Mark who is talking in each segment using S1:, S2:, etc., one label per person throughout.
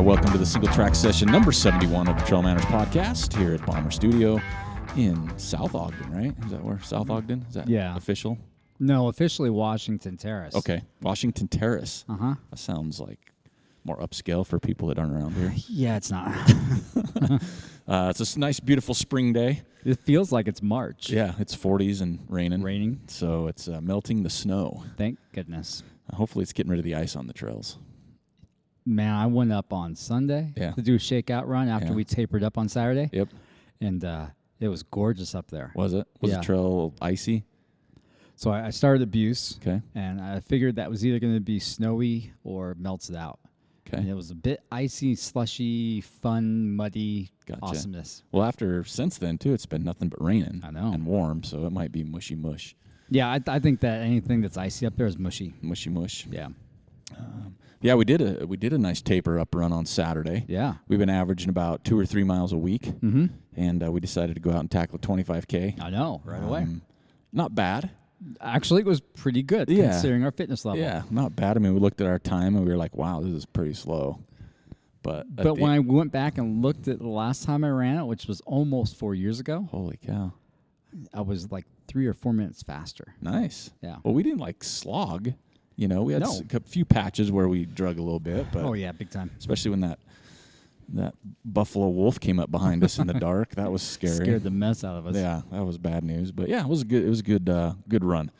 S1: welcome to the single track session number 71 of the Trail Manners podcast here at Bomber Studio in South Ogden, right? Is that where? South Ogden? Is that
S2: Yeah.
S1: official?
S2: No, officially Washington Terrace.
S1: Okay. Washington Terrace.
S2: Uh huh.
S1: That sounds like more upscale for people that aren't around here.
S2: Yeah, it's not.
S1: Uh, it's this nice, beautiful spring day.
S2: it feels like it's March.
S1: Yeah, it's 40s and raining.
S2: Raining.
S1: So it's uh, melting the snow.
S2: Thank goodness.
S1: Uh, Hopefully, it's getting rid of the ice on the trails.
S2: Man, I went up on Sunday
S1: Yeah.
S2: to do a shakeout run after
S1: Yeah.
S2: we tapered up on Saturday,
S1: Yep.
S2: and uh, it was gorgeous up there.
S1: Was it? Was
S2: Yeah.
S1: the trail icy?
S2: So I, I started abuse,
S1: Okay.
S2: and I figured that was either going to be snowy or melted out. And
S1: Okay.
S2: it was a bit icy, slushy, fun, muddy
S1: Gotcha.
S2: awesomeness.
S1: Well, after since then too, it's been nothing but raining.
S2: I know.
S1: And warm, so it might be mushy mush,
S2: Yeah, I, I think that anything that's icy up there is mushy.
S1: mushy mush.
S2: Yeah.
S1: Yeah, we did a we did a nice taper up run on Saturday.
S2: Yeah.
S1: We've been averaging about two or three miles a week,
S2: Mm-hmm.
S1: and uh, we decided to go out and tackle 25k.
S2: I know. Right away.
S1: Um, not bad.
S2: Actually, it was pretty good
S1: Yeah.
S2: considering our fitness level.
S1: Yeah, not bad. I mean, we looked at our time and we were like, "Wow, this is pretty slow." But at
S2: But
S1: the-
S2: when I went back and looked at the last time I ran it, which was almost four years ago,
S1: holy cow,
S2: I was like three or four minutes faster.
S1: nice.
S2: Yeah.
S1: Well, we didn't like slog. You know, we had
S2: No.
S1: s- a few patches where we drug a little bit, but
S2: Oh yeah, big time.
S1: especially when that that buffalo wolf came up behind us in the dark. That was scary.
S2: Scared the mess out of us.
S1: yeah, that was bad news. But yeah, it was a good. It was a good uh, good run.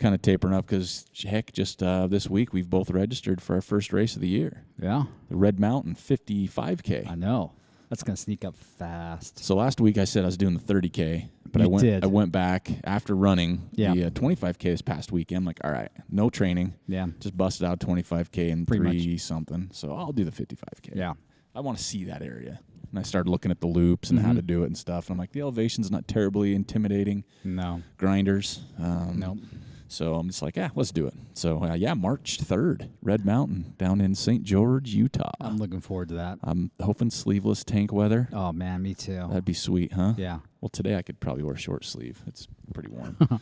S1: Kind of tapering up because heck, just uh, this week we've both registered for our first race of the year,
S2: Yeah,
S1: the Red Mountain 55k.
S2: I know. That's gonna sneak up fast.
S1: So last week I said I was doing the 30k, but I
S2: You
S1: went
S2: did.
S1: I went back after running
S2: Yeah.
S1: the uh, 25k this past weekend. I'm like, all right, no training,
S2: Yeah.
S1: just busted out 25k in
S2: Pretty much.
S1: three something. So I'll do the 55k.
S2: Yeah.
S1: I want to see that area. And I started looking at the loops and how
S2: Mhm.
S1: to do it and stuff. And I'm like, the elevation's not terribly intimidating.
S2: No.
S1: Grinders. Um,
S2: Nope.
S1: So I'm just like, yeah, let's do it. So uh, yeah, March 3rd, Red Mountain down in St. George, Utah.
S2: I'm looking forward to that.
S1: I'm hoping sleeveless tank weather.
S2: Oh man, me too.
S1: That'd be sweet, huh?
S2: yeah.
S1: Well, today I could probably wear a short sleeve. It's pretty warm.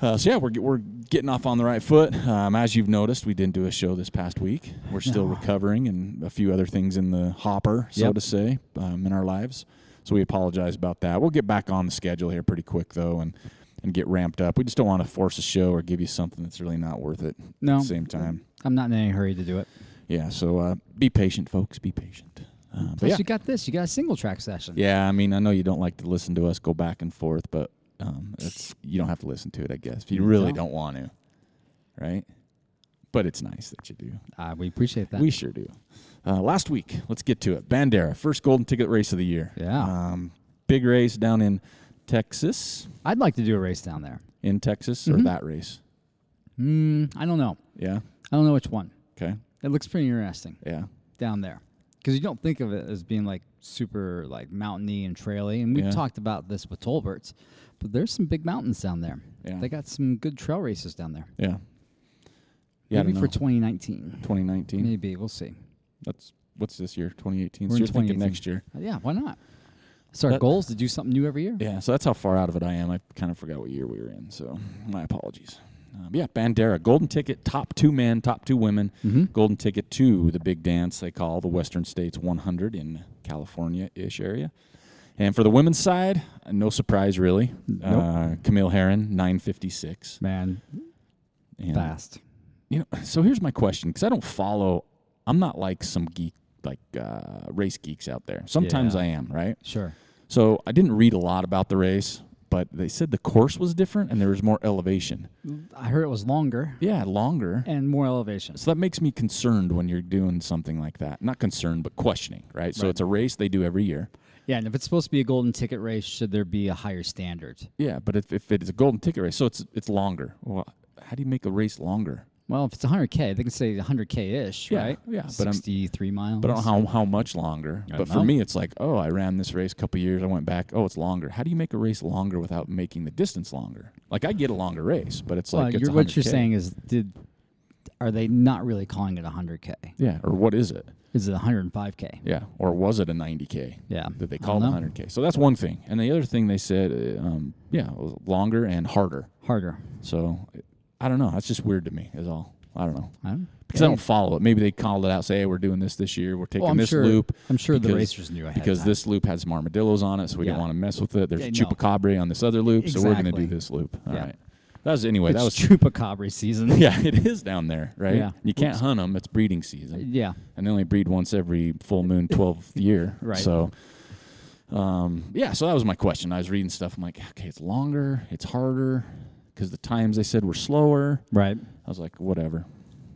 S1: uh, so yeah, we're we're getting off on the right foot. Um, as you've noticed, we didn't do a show this past week. We're still
S2: No.
S1: recovering and a few other things in the hopper, so
S2: Yep.
S1: to say, um, in our lives. So we apologize about that. We'll get back on the schedule here pretty quick though, and and get ramped up. We just don't want to force a show or give you something that's really not worth it.
S2: No.
S1: At the same time,
S2: I'm not in any hurry to do it.
S1: yeah. So uh, be patient, folks. Be patient. Um, but
S2: Plus,
S1: yeah.
S2: you got this. You got a single track session.
S1: Yeah, I mean, I know you don't like to listen to us go back and forth, but um, it's you don't have to listen to it, I guess, if you really
S2: No.
S1: don't want to, right? But it's nice that you do.
S2: Uh, we appreciate that.
S1: We sure do. Uh, last week, let's get to it. Bandera, first golden ticket race of the year.
S2: Yeah.
S1: Um, big race down in Texas,
S2: I'd like to do a race down there.
S1: in Texas, or
S2: Mhm.
S1: that race.
S2: Hmm. I don't know.
S1: Yeah.
S2: I don't know which one.
S1: Okay.
S2: It looks pretty interesting.
S1: Yeah.
S2: down there because you don't think of it as being like super like mountainy and traily and we've
S1: Yeah.
S2: talked about this with tolberts but there's some big mountains down there
S1: Yeah.
S2: they got some good trail races down there
S1: Yeah. Yeah. I
S2: maybe
S1: don't
S2: for
S1: know.
S2: 2019
S1: 2019.
S2: maybe we'll see
S1: That's what's this year? 2018.
S2: We're
S1: so
S2: in
S1: you're thinking
S2: 2018.
S1: next year.
S2: Uh, yeah why not it's our
S1: That-
S2: goals to do something new every year
S1: Yeah, so that's how far out of it I am. I kind of forgot what year we were in, so my apologies. Um, yeah, Bandera, golden ticket, top two men, top two women,
S2: mm-hmm.
S1: golden ticket to the big dance they call the Western States 100 in California ish area. And for the women's side, uh, no surprise really. Uh, Camille Heron, 956.
S2: man
S1: And,
S2: fast
S1: You know, so here's my question because I don't follow, I'm not like some geek, like uh, race geeks out there. Sometimes
S2: Yeah.
S1: I am, right?
S2: sure
S1: So I didn't read a lot about the race, but they said the course was different and there was more elevation.
S2: i heard it was longer
S1: Yeah, longer.
S2: and more elevation
S1: So that makes me concerned when you're doing something like that. Not concerned, but questioning, right? So
S2: Right.
S1: it's a race they do every year.
S2: yeah and if it's supposed to be a golden ticket race should there be a higher standard
S1: Yeah, but if, if it's a golden ticket race, so it's it's longer. Well, how do you make a race longer?
S2: well if it's 100k they can say 100k ish
S1: Yeah,
S2: right
S1: yeah, but I'm-
S2: 63 miles
S1: But I don't know how, how much longer.
S2: I
S1: But
S2: don't
S1: for
S2: know.
S1: me, it's like, oh, I ran this race a couple years. I went back. Oh, it's longer. How do you make a race longer without making the distance longer? Like I get a longer race, but it's
S2: Well,
S1: like it's
S2: you're, what you're
S1: 100K.
S2: saying is, did are they not really calling it 100k?
S1: Yeah, or what is it?
S2: Is it 105k?
S1: Yeah, or was it a 90k?
S2: Yeah,
S1: that they
S2: I don't
S1: called
S2: know.
S1: 100k. So that's one thing. And the other thing they said, uh, um, yeah, it was longer and harder.
S2: harder.
S1: So I don't know. That's just weird to me. Is all. I don't know.
S2: I don't-
S1: because I don't follow it. Maybe they called it out, say, "Hey, we're doing this this year. We're taking
S2: I'm
S1: this
S2: sure,
S1: loop."
S2: I'm sure the
S1: because-
S2: racers knew ahead of
S1: because
S2: time.
S1: this loop has some armadillos on it, so we
S2: Yeah.
S1: don't want to mess with it. There's
S2: Yeah,
S1: a
S2: no.
S1: chupacabra on this other loop, so we're going to do
S2: Exactly.
S1: this loop. All right.
S2: Yeah.
S1: That was anyway.
S2: it's
S1: that was
S2: chupacabra season.
S1: yeah. It is down there, right?
S2: Yeah.
S1: You can't hunt 'em. hunt them. It's breeding season,
S2: yeah.
S1: and they only breed once every full moon, twelfth year.
S2: Right.
S1: So, um, yeah. So that was my question. I was reading stuff. I'm like, okay, it's longer. It's harder because the times they said were slower.
S2: Right.
S1: I was like, whatever.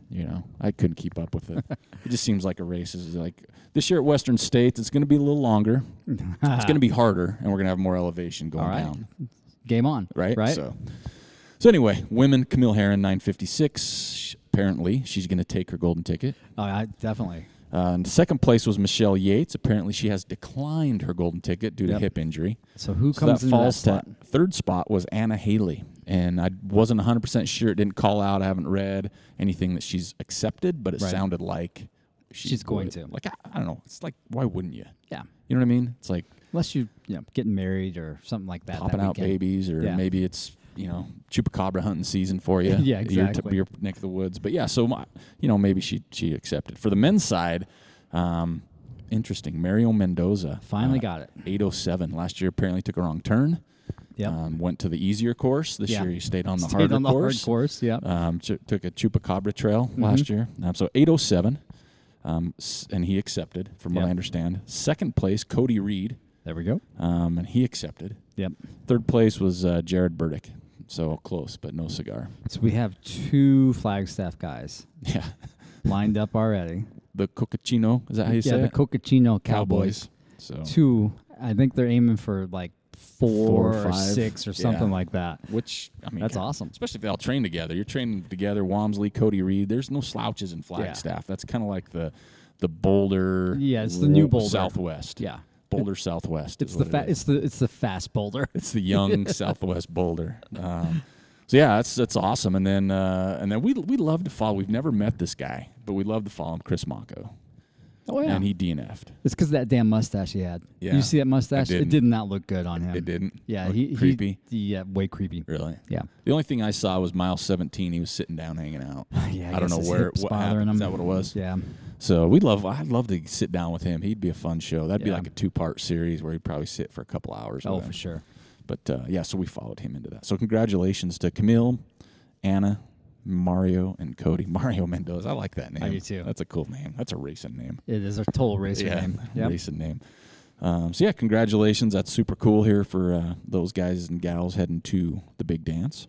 S1: You know, I couldn't keep up with it. it just seems like a race is like this year at Western States. It's going to be a little longer. it's going to be harder, and we're going to have more elevation going
S2: All right.
S1: down.
S2: Game on.
S1: Right.
S2: Right.
S1: So, so anyway, women Camille Heron, nine fifty six. Apparently, she's going to take her golden ticket.
S2: Oh, I definitely.
S1: Uh, and second place was Michelle Yates. Apparently, she has declined her golden ticket due
S2: Yep.
S1: to hip injury.
S2: So who
S1: So
S2: comes
S1: that
S2: in
S1: falls
S2: that slot?
S1: to third spot was Anna Haley, and I wasn't 100 percent sure. It didn't call out. I haven't read anything that she's accepted, but it
S2: Right.
S1: sounded like she
S2: She's going
S1: would.
S2: to.
S1: Like I, I don't know. It's like why wouldn't you?
S2: Yeah.
S1: You know what I mean? It's like
S2: Unless you, you know, getting married or something like that. that
S1: popping out
S2: weekend.
S1: babies, or
S2: Yeah.
S1: maybe it's you know chupacabra hunting season for you.
S2: Yeah,
S1: Your, t-
S2: exactly.
S1: your neck of the woods, but yeah. So my, you know, maybe she she accepted. For the men's side, um, interesting. Mario Mendoza
S2: Finally
S1: uh,
S2: got it.
S1: 807 last year. Apparently took a wrong turn.
S2: Yep.
S1: Um, went to the easier course. This
S2: Yeah.
S1: year he stayed on the
S2: Stayed
S1: harder
S2: on the
S1: course.
S2: hard course. Mm-hmm. Yeah.
S1: Um, ch- took a Chupacabra trail last year. Um, so 807. Um, s- and he accepted, from what
S2: Yep.
S1: I understand. Second place, Cody Reed.
S2: there we go.
S1: Um, and he accepted.
S2: Yep.
S1: Third place was uh, Jared Burdick. So close, but no cigar.
S2: So we have two Flagstaff guys
S1: Yeah.
S2: lined up already.
S1: The Cocachino. Is that how you
S2: yeah,
S1: say
S2: the
S1: it?
S2: Cocachino Cowboys.
S1: So
S2: Two. I think they're aiming for like four,
S1: Four or
S2: or
S1: five.
S2: six or
S1: Yeah.
S2: something like that.
S1: Which I mean,
S2: That's
S1: God,
S2: awesome.
S1: Especially if they all train together. You're training together. Wamsley, Cody Reed. There's no slouches in Flagstaff. That's kind of like the the Boulder.
S2: Yeah, it's the new
S1: Wo-
S2: Boulder.
S1: Southwest.
S2: Yeah.
S1: Boulder Southwest.
S2: It's
S1: is
S2: the
S1: what it
S2: fa-
S1: is.
S2: it's the it's the fast boulder.
S1: It's the young Southwest Boulder. Um, so yeah, that's that's awesome. And then uh, and then we we love to follow. We've never met this guy, but we love to follow him, Chris Mako.
S2: Oh
S1: And he DNF'd.
S2: it's because that damn mustache he had.
S1: Yeah,
S2: you see that mustache? It
S1: didn't.
S2: did not look good on him.
S1: It didn't.
S2: Yeah,
S1: Looked
S2: he he-
S1: creepy.
S2: yeah, way creepy.
S1: Really.
S2: Yeah.
S1: The only thing I saw was mile 17. He was sitting down, hanging out.
S2: Yeah,
S1: I, don't
S2: guess
S1: know
S2: his
S1: where
S2: hips
S1: what
S2: bothering
S1: happened.
S2: him.
S1: Is that what it was?
S2: Yeah,
S1: So we love. I'd love to sit down with him. He'd be a fun show. That'd be
S2: Yeah.
S1: like a two-part series where he'd probably sit for a couple hours.
S2: oh
S1: with
S2: for
S1: him.
S2: sure.
S1: But uh, yeah, so we followed him into that. So congratulations to Camille, Anna, Mario, and Cody. Mario Mendoza. I like that name.
S2: do too.
S1: That's a cool name. That's a racing name.
S2: It is a total racer name. Yep.
S1: racing name. Um, so yeah, congratulations. That's super cool here for uh, those guys and gals heading to the big dance.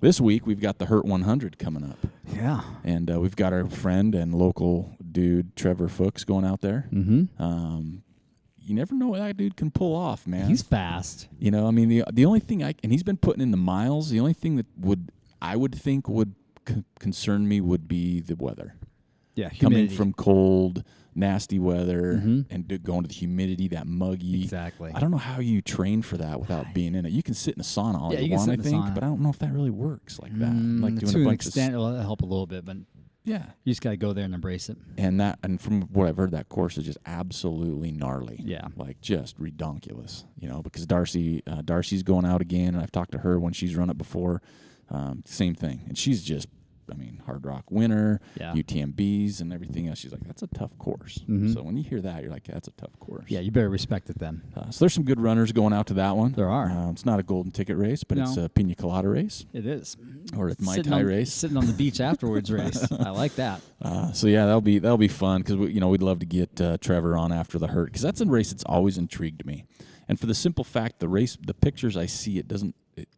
S1: This week we've got the Hurt 100 coming up,
S2: Yeah.
S1: and uh, we've got our friend and local dude Trevor Fuchs going out there.
S2: Mm-hmm.
S1: Um, you never know what that dude can pull off, man.
S2: He's fast.
S1: You know, I mean, the the only thing I and he's been putting in the miles. The only thing that would I would think would c- concern me would be the weather
S2: Yeah,
S1: coming from cold, nasty weather,
S2: Mhm.
S1: and do, going to the humidity, that muggy.
S2: exactly.
S1: I don't know how you train for that without being in it. You can sit in a sauna all
S2: Yeah,
S1: you,
S2: you can
S1: want,
S2: sit
S1: I
S2: in the
S1: think,
S2: sauna.
S1: but I don't know if that really works like that.
S2: Mm,
S1: like doing
S2: to
S1: a
S2: an
S1: bunch
S2: extent,
S1: of s-
S2: it'll help a little bit, but you
S1: yeah,
S2: just gotta go there and embrace it.
S1: and that and from what I've heard, that course is just absolutely gnarly.
S2: Yeah.
S1: like just redonkulous, you know, because Darcy, uh, Darcy's going out again, and I've talked to her when she's run it before. Um, same thing, and she's just, I mean, Hard Rock winner,
S2: Yeah.
S1: UTMBs, and everything else. She's like, that's a tough course.
S2: Mhm.
S1: So when you hear that, you're like, that's a tough course.
S2: Yeah, you better respect it then.
S1: Uh, so there's some good runners going out to that one.
S2: There are.
S1: Um, it's not a golden ticket race, but it's
S2: No.
S1: a pina colada race
S2: It is.
S1: or a mai
S2: sitting
S1: tai
S2: on,
S1: race.
S2: Sitting on the beach afterwards race. I like that.
S1: Uh, so yeah, that'll be that'll be fun because you know we'd love to get uh, Trevor on after the hurt because that's a race that's always intrigued me, and for the simple fact the race the pictures I see it doesn't it,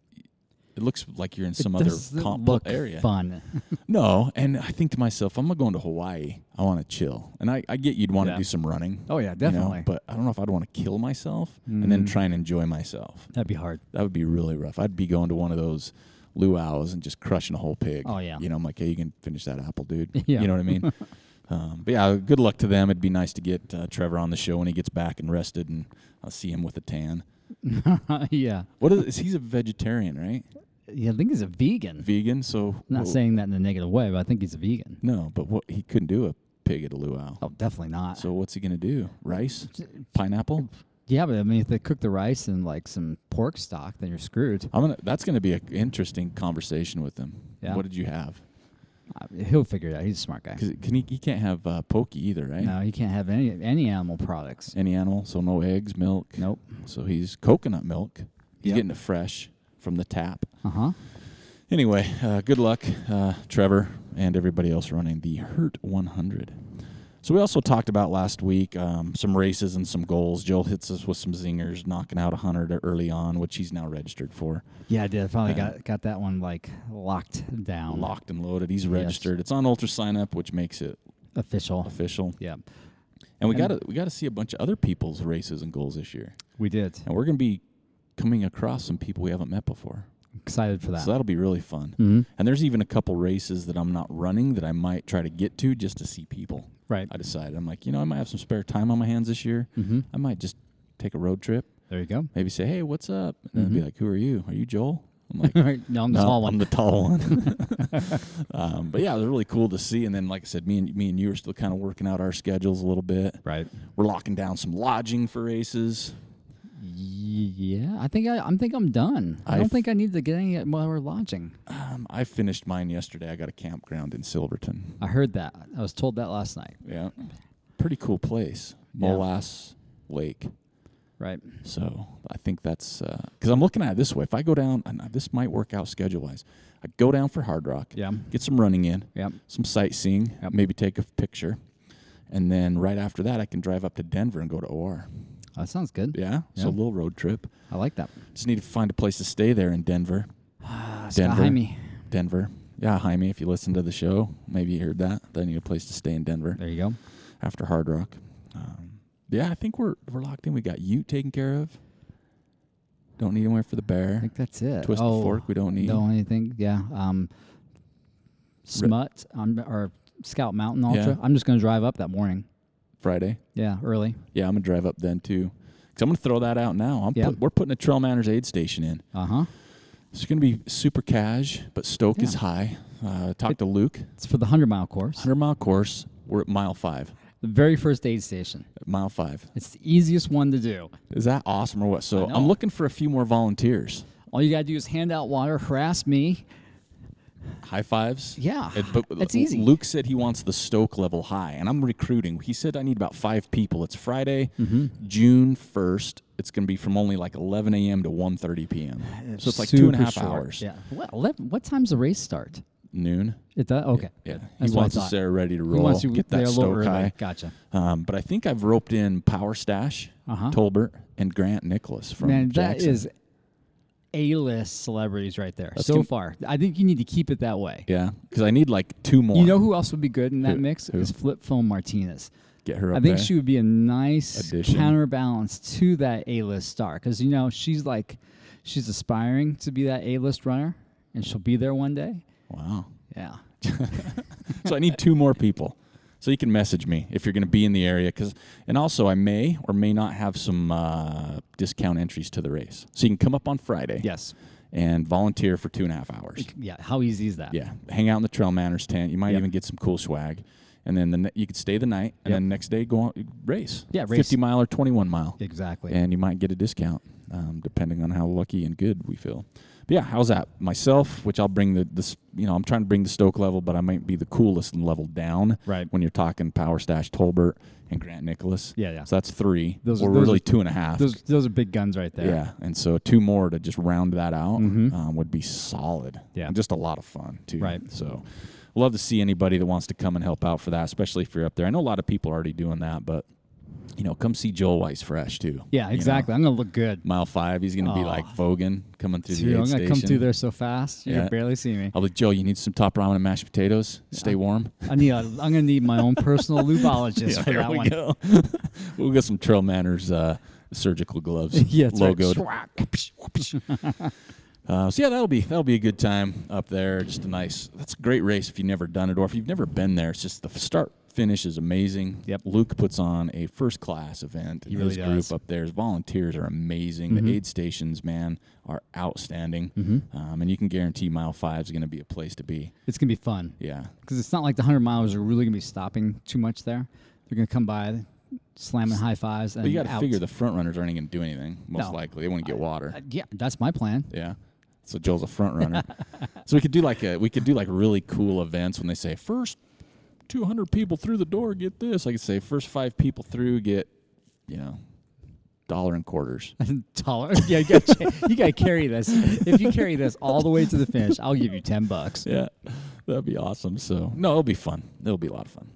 S1: it looks like you're in some other
S2: Doesn't
S1: comp
S2: look
S1: area.
S2: fun.
S1: No, and I think to myself I'm going to Hawaii. I want to chill, and I, I get you'd want to
S2: Yeah.
S1: do some running.
S2: Oh yeah,
S1: you know,
S2: definitely. Mm.
S1: but I don't know if I'd want to kill myself and then try and enjoy myself.
S2: That'd be hard.
S1: That would be really rough. I'd be going to one of those luau's and just crushing a whole pig.
S2: Oh, yeah.
S1: You know, I'm like, hey, you can finish that apple, dude.
S2: Yeah.
S1: You know what I mean? um, but yeah, good luck to them. It'd be nice to get uh, Trevor on the show when he gets back and rested, and I'll see him with a tan.
S2: yeah.
S1: What is, he's a vegetarian, right?
S2: Yeah, I think he's a vegan.
S1: Vegan. So
S2: not
S1: wh-
S2: saying that in a negative way, but I think he's a vegan.
S1: no, but what he couldn't do a pig at a luau.
S2: Oh, definitely not.
S1: So what's he gonna do? Rice, pineapple.
S2: yeah, but I mean, if they cook the rice and like some pork stock, then you're screwed.
S1: I'm gonna. That's gonna be an interesting conversation with him.
S2: Yeah.
S1: What did you have?
S2: Uh, he'll figure it out. He's a smart guy.
S1: 'Cause it- can he, he can't have uh, pokey either, right?
S2: No, he can't have any any animal products.
S1: Any animal, so no eggs, milk.
S2: Nope.
S1: So he's coconut milk. He's
S2: Yep.
S1: getting it fresh from the tap.
S2: Uh huh.
S1: Anyway, uh, good luck, uh, Trevor, and everybody else running the Hurt 100. So we also talked about last week um, some races and some goals. Joel hits us with some zingers, knocking out 100 early on, which he's now registered for.
S2: Yeah, I did. I finally
S1: Uh,
S2: got got that one like locked down.
S1: Locked and loaded. He's
S2: Yes.
S1: registered. It's on Ultra Sign Up, which makes it
S2: Official.
S1: official.
S2: Yeah,
S1: And we
S2: And-
S1: got to we got to see a bunch of other people's races and goals this year.
S2: we did.
S1: And we're going to be coming across some people we haven't met before.
S2: Excited for that.
S1: So that'll be really fun.
S2: hmm
S1: And there's even a couple races that I'm not running that I might try to get to just to see people.
S2: Right.
S1: I decided I'm like, you know, I might have some spare time on my hands this year.
S2: hmm
S1: I might just take a road trip.
S2: There you go.
S1: Maybe say, hey, what's up? And then be
S2: Mhm.
S1: like, who are you? Are you Joel? I'm like,
S2: All right, no, I'm the
S1: "No,
S2: tall
S1: I'm
S2: one.
S1: the tall one. um, but yeah, it was really cool to see. And then, like I said, me and me and you are still kind of working out our schedules a little bit.
S2: Right.
S1: We're locking down some lodging for races.
S2: Yeah, I think I, I'm think I'm done. I
S1: I
S2: don't
S1: f-
S2: think I need to get any more lodging.
S1: Um, I finished mine yesterday. I got a campground in Silverton.
S2: I heard that. I was told that last night.
S1: Yeah, pretty cool place.
S2: Yeah.
S1: Molass Lake.
S2: Right.
S1: So I think that's because I'm looking at it this way. If I go down, and uh, this might work out schedule wise. I go down for Hard Rock,
S2: Yeah.
S1: get some running in,
S2: Yep.
S1: some sightseeing,
S2: Yep.
S1: maybe take a picture, and then right after that, I can drive up to Denver and go to OR.
S2: That sounds good.
S1: Yeah, so a
S2: Yeah.
S1: little road trip.
S2: I like that.
S1: Just need to find a place to stay there in Denver.
S2: Scott
S1: Denver.
S2: Jaime.
S1: Denver. Yeah, Jaime, if you listen to the show, maybe you heard that. They need a place to stay in Denver
S2: There you go.
S1: after Hard Rock. Um, yeah, I think we're we're locked in. We got you taken care of. Don't need anywhere for the bear.
S2: I think that's it.
S1: Twist
S2: oh,
S1: the fork. We don't need.
S2: The only thing, yeah. Um, smut on or Scout Mountain Ultra.
S1: Yeah.
S2: I'm just gonna drive up that morning.
S1: Friday.
S2: Yeah, early.
S1: Yeah, I'm gonna drive up then too. Cause I'm gonna throw that out now. I'm
S2: Yeah.
S1: put, we're putting a Trail Manners aid station in.
S2: Uh huh.
S1: It's gonna be super cash, but stoke is high. Uh, talk to Luke.
S2: It's for the hundred mile course.
S1: Hundred mile course. We're at mile five.
S2: The very first aid station.
S1: Mile five.
S2: It's the easiest one to do.
S1: Is that awesome or what? So
S2: I
S1: I'm
S2: know.
S1: looking for a few more volunteers.
S2: All you gotta do is hand out water, harass me.
S1: High fives.
S2: Yeah,
S1: It- but
S2: it's
S1: Lu-
S2: easy.
S1: Luke said he wants the Stoke level high, and I'm recruiting. He said I need about five people. It's Friday,
S2: Mm-hmm.
S1: June first. It's going to be from only like 11 a.m. to 1:30 p.m. So it's like two and a
S2: Super
S1: half
S2: short.
S1: hours.
S2: Yeah. What, eleven- what time's the race start?
S1: Noon.
S2: It does. Okay.
S1: Yeah,
S2: That's
S1: he
S2: what I
S1: wants us
S2: thought.
S1: there ready to
S2: He
S1: roll.
S2: wants you
S1: get
S2: there
S1: that
S2: a little
S1: Stoke
S2: early.
S1: high.
S2: Gotcha.
S1: Um, but I think I've roped in Power Stash,
S2: Uh-huh.
S1: Tolbert, and Grant Nicholas from
S2: Man, that
S1: Jackson.
S2: is A-list celebrities right there so
S1: gonna-
S2: far. I think you need to keep it that way.
S1: yeah, because I need like two more.
S2: You know who else would be good in that
S1: Who-
S2: mix
S1: who?
S2: is Flip Phone Martinez.
S1: get her up
S2: I think
S1: there.
S2: she would be a nice
S1: Addition.
S2: counterbalance to that A-list star because you know she's like she's aspiring to be that A-list runner, and she'll be there one day.
S1: Wow.
S2: Yeah.
S1: so I need two more people. So you can message me if you're going to be in the area, 'cause- and also I may or may not have some uh, discount entries to the race. So you can come up on Friday,
S2: Yes.
S1: and volunteer for two and a half hours.
S2: Yeah. How easy is that?
S1: Yeah, hang out in the Trail Manners tent. You might
S2: Yep.
S1: even get some cool swag, and then the ne- you could stay the night, and
S2: Yep.
S1: then next day go on race.
S2: Yeah, race.
S1: fifty mile or twenty one mile,
S2: Exactly.
S1: and you might get a discount um, depending on how lucky and good we feel. But yeah, how's that? Myself, which I'll bring the this you know I'm trying to bring the Stoke level, but I might be the coolest and level down.
S2: Right.
S1: when you're talking Power Stash, Tolbert, and Grant Nicholas.
S2: Yeah. Yeah.
S1: So that's three.
S2: Those are-
S1: We're
S2: those
S1: really
S2: are-
S1: two and a half.
S2: Those those are big guns right there.
S1: Yeah, and so two more to just round that out
S2: Mhm.
S1: um, would be solid.
S2: Yeah.
S1: and just a lot of fun too.
S2: Right.
S1: So, love to see anybody that wants to come and help out for that, especially if you're up there. I know a lot of people are already doing that, but you know, come see Joel Weiss fresh too.
S2: Yeah,
S1: You know,
S2: exactly. I'm gonna look good.
S1: mile five, he's gonna be
S2: Aw.
S1: like Vogan coming through
S2: Dude,
S1: the aid
S2: I'm gonna come
S1: station.
S2: through there so fast you
S1: Yeah. Oh.
S2: can barely see me.
S1: I'll be Joe. You need some top ramen and mashed potatoes. Stay warm.
S2: I need. A, I'm gonna need my own personal lubologist for
S1: there
S2: that
S1: we
S2: one.
S1: go. we'll get some trail manners uh, surgical gloves.
S2: Yeah, that's right.
S1: logoed. Uh, so yeah, that'll be that'll be a good time up there. Just a nice. That's a great race if you've never done it or if you've never been there. It's just the start finish is amazing.
S2: Yep.
S1: Luke puts on a first class event.
S2: He really
S1: His
S2: does. Mm-hmm.
S1: group up there. His volunteers are amazing. The aid stations, man, are outstanding. Um, and you can guarantee mile five is going to be a place to be.
S2: It's gonna be fun
S1: Yeah.
S2: because it's not like the hundred miles are really gonna be stopping too much there. They're gonna come by, slamming high fives, and
S1: But you got to
S2: out.
S1: figure the front runners aren't going to do anything. Most
S2: No.
S1: likely, they want to get water.
S2: Uh, yeah, that's my plan.
S1: yeah. So Joel's a front runner. so we could do like a we could do like really cool events when they say first 200 people through the door get this. I could say first 5 people through get, you know, dollar and quarters.
S2: Taller. Yeah, you got you got to carry this. If you carry this all the way to the finish, I'll give you ten bucks.
S1: Yeah, that'd be awesome. So no, it'll be fun. It'll be a lot of fun.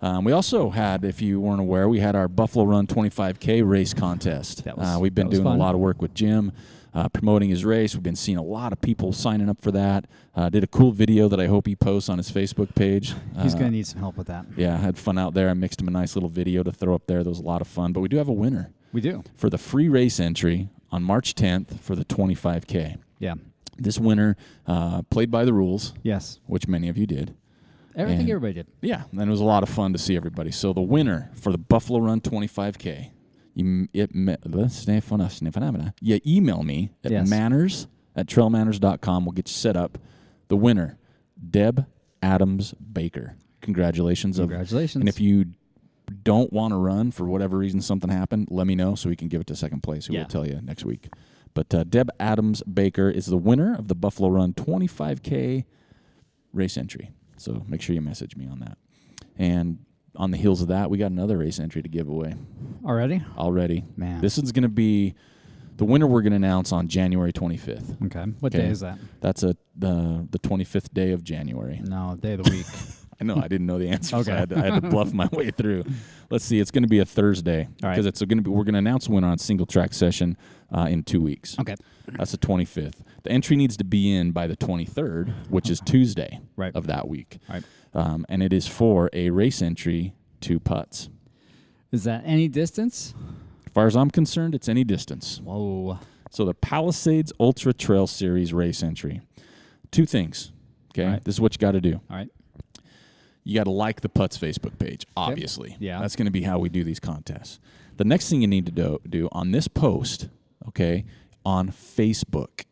S1: Um, we also had, if you weren't aware, we had our Buffalo Run 25K race contest.
S2: That was-
S1: uh, we've been
S2: that was
S1: doing
S2: fun.
S1: a lot of work with Jim, uh, promoting his race. We've been seeing a lot of people signing up for that. Uh, did a cool video that I hope he posts on his Facebook page.
S2: He's
S1: Uh,
S2: gonna need some help with that.
S1: Yeah, I had fun out there. I mixed him a nice little video to throw up there. That was a lot of fun. But we do have a winner
S2: We do.
S1: for the free race entry on March 10th for the 25K.
S2: Yeah.
S1: This winner uh, played by the rules,
S2: Yes.
S1: which many of you did.
S2: Everything
S1: And-
S2: everybody did.
S1: Yeah, and it was a lot of fun to see everybody. So the winner for the Buffalo Run 25K, you m- it me- the sniff on us, sniff on us. you email me at
S2: Yes.
S1: manners at trailmanners.com. We'll get you set up. The winner, Deb Adams Baker. Congratulations. of-
S2: Congratulations.
S1: and if you don't want to run for whatever reason, something happened, let me know so we can give it to second place, who
S2: Yeah.
S1: will tell you next week. But uh, Deb Adams Baker is the winner of the Buffalo Run 25K race entry. So make sure you message me on that. And on the heels of that, we got another race entry to give away
S2: already,
S1: already.
S2: man.
S1: This is going to be the winner we're going to announce on January 25th.
S2: okay. What day
S1: Okay.
S2: is that?
S1: That's a the the 25th day of January.
S2: No, day of the week.
S1: I know I didn't know the answer.
S2: Okay.
S1: I, had to, I had to bluff my way through. Let's see. It's going to be a Thursday
S2: All right.
S1: because it's going to be. We're going to announce the winner on single track session uh, in two weeks.
S2: okay.
S1: That's the 25th. The entry needs to be in by the 23rd, which is Tuesday
S2: Right.
S1: of that week,
S2: All right.
S1: um, and it is for a race entry two putts.
S2: Is that any distance?
S1: As far as I'm concerned, it's any distance.
S2: Whoa.
S1: So the Palisades Ultra Trail Series race entry. Two things. Okay,
S2: All right.
S1: this is what you got to do.
S2: All right.
S1: you got to like the Putts Facebook page, obviously.
S2: Yeah.
S1: That's going to be how we do these contests. The next thing you need to do, do on this post, okay, on Facebook.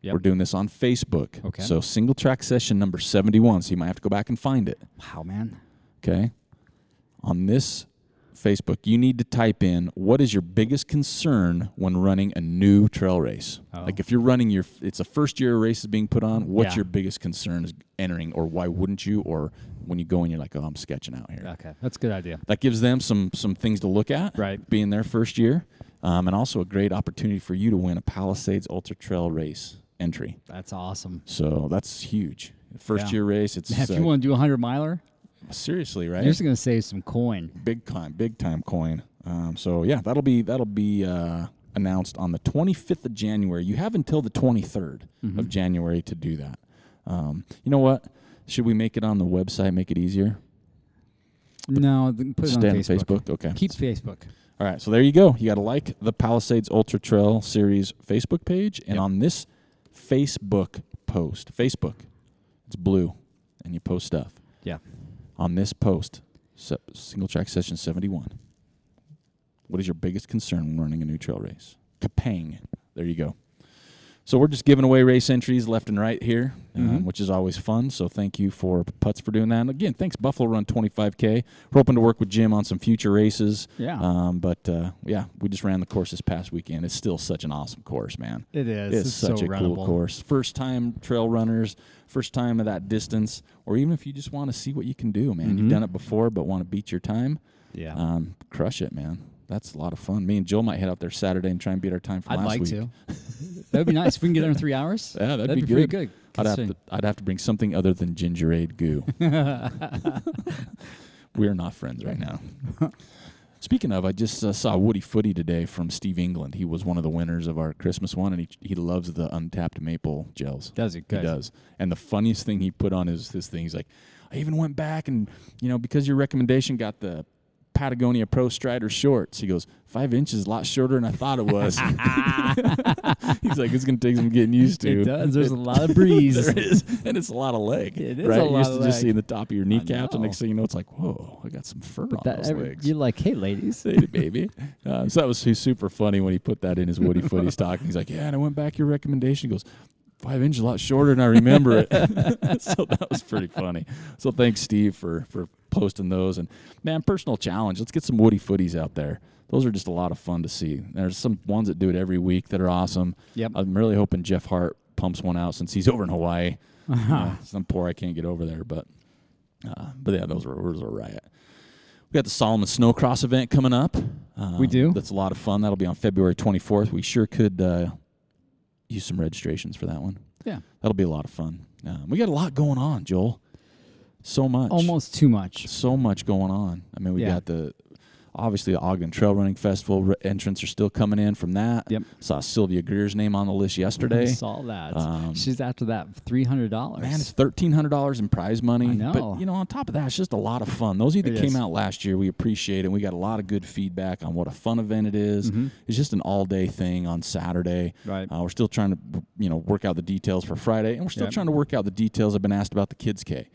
S2: Yep.
S1: We're doing this on Facebook.
S2: Okay.
S1: So single track session number 71. So you might have to go back and find it.
S2: Wow, man.
S1: Okay. On this Facebook, you need to type in what is your biggest concern when running a new trail race?
S2: Oh.
S1: Like if you're running your, it's a first year race is being put on, what's
S2: Yeah.
S1: your biggest concern is entering or why wouldn't you? Or when you go in, you're like, oh, I'm sketching out here.
S2: Okay, that's a good idea.
S1: That gives them some, some things to look at,
S2: Right.
S1: being their first year. Um, and also a great opportunity for you to win a Palisades Ultra Trail race entry.
S2: That's awesome.
S1: So that's huge. First
S2: Yeah.
S1: year race, it's
S2: if
S1: uh,
S2: you want to do a hundred miler,
S1: seriously, right?
S2: you're just gonna save some coin.
S1: big time, big time coin. Um, so yeah, that'll be that'll be uh, announced on the 25th of January. You have until the 23rd
S2: Mm-hmm.
S1: of January to do that. Um, you know what? Should we make it on the website? Make it easier.
S2: No, th- put it on
S1: Stay
S2: Facebook.
S1: Okay.
S2: Keep Facebook.
S1: All right. So there you go. You got to like the Palisades Ultra Trail Series Facebook page, and
S2: Yep.
S1: on this Facebook post, Facebook, it's blue, and you post stuff
S2: Yeah.
S1: on this post. se- Single track session 71. What is your biggest concern when running a new trail race? Kapang. There you go. So we're just giving away race entries left and right here, um,
S2: Mhm.
S1: which is always fun. So thank you for Putts for doing that. And again, thanks Buffalo Run 25K. We're hoping to work with Jim on some future races.
S2: Yeah.
S1: Um, but uh, yeah, we just ran the course this past weekend. It's still such an awesome course, man.
S2: It is.
S1: It's,
S2: It's
S1: such
S2: so
S1: a
S2: runnable.
S1: cool course. First time trail runners, first time of that distance, or even if you just want to see what you can do, man. You've
S2: Mhm.
S1: done it before, but want to beat your time,
S2: Yeah.
S1: um, crush it, man. That's a lot of fun. Me and Joel might head out there Saturday and try and beat our time from
S2: I'd
S1: last
S2: like
S1: week.
S2: to. That'd be nice if we can get under three hours.
S1: Yeah, that'd,
S2: That'd
S1: be,
S2: pretty
S1: good. I'd
S2: good.
S1: have to. I'd have to bring something other than gingerade goo. We're not friends right now. Speaking of, I just uh, saw Woody Footy today from Steve England. He was one of the winners of our Christmas one, and he he loves the untapped maple gels.
S2: Does it
S1: He does. And the funniest thing he put on his his thing, he's like, I even went back and you know because your recommendation got the Patagonia Pro Strider shorts. He goes five inches, a lot shorter than I thought it was. he's like, it's gonna take some getting used to.
S2: It does. There's a lot of breeze.
S1: There is, and it's a lot of leg.
S2: It is
S1: right?
S2: a
S1: you
S2: lot
S1: used
S2: of
S1: to just
S2: leg.
S1: seeing the top of your kneecaps, and
S2: know.
S1: next thing you know, it's like, whoa, I got some fur on
S2: That-
S1: those
S2: every-
S1: legs.
S2: you're like, hey, ladies.
S1: Say it, baby. Uh, so that was su- super funny when he put that in his Woody Footy stocking. He's like, yeah, and I went back your recommendation. He goes, five inches a lot shorter than I remember it. so that was pretty funny. So thanks, Steve, for for posting those. And man, personal challenge. Let's get some Woody Footies out there. Those are just a lot of fun to see. There's some ones that do it every week that are awesome.
S2: Yep.
S1: I'm really hoping Jeff Hart pumps one out since he's over in Hawaii. Uh, since I'm poor, I can't get over there. But uh, but yeah, those were, those were a riot. We got the Solomon Snowcross event coming up. Um,
S2: do?
S1: That's a lot of fun. That'll be on February 24th. We sure could uh, use some registrations for that one.
S2: Yeah.
S1: That'll be a lot of fun. Um, we got a lot going on, Joel. So much.
S2: Almost too much.
S1: So much going on. I mean, we
S2: Yeah.
S1: got the obviously the Ogden Trail Running Festival re- entrants are still coming in from that.
S2: Yep.
S1: Saw Sylvia Greer's name on the list
S2: I
S1: yesterday.
S2: saw that.
S1: Um,
S2: She's after that three hundred dollars.
S1: Man, it's thirteen hundred dollars in prize money.
S2: I know.
S1: But you know, on top of that, it's just a lot of fun. Those of you that
S2: It
S1: came
S2: is.
S1: out last year, we appreciate it. We got a lot of good feedback on what a fun event it is. It's just an all-day thing on Saturday.
S2: Mm-hmm. Right.
S1: Uh, we're still trying to, you know, work out the details for Friday, and we're still
S2: Yep.
S1: trying to work out the details. I've been asked about the Kids K.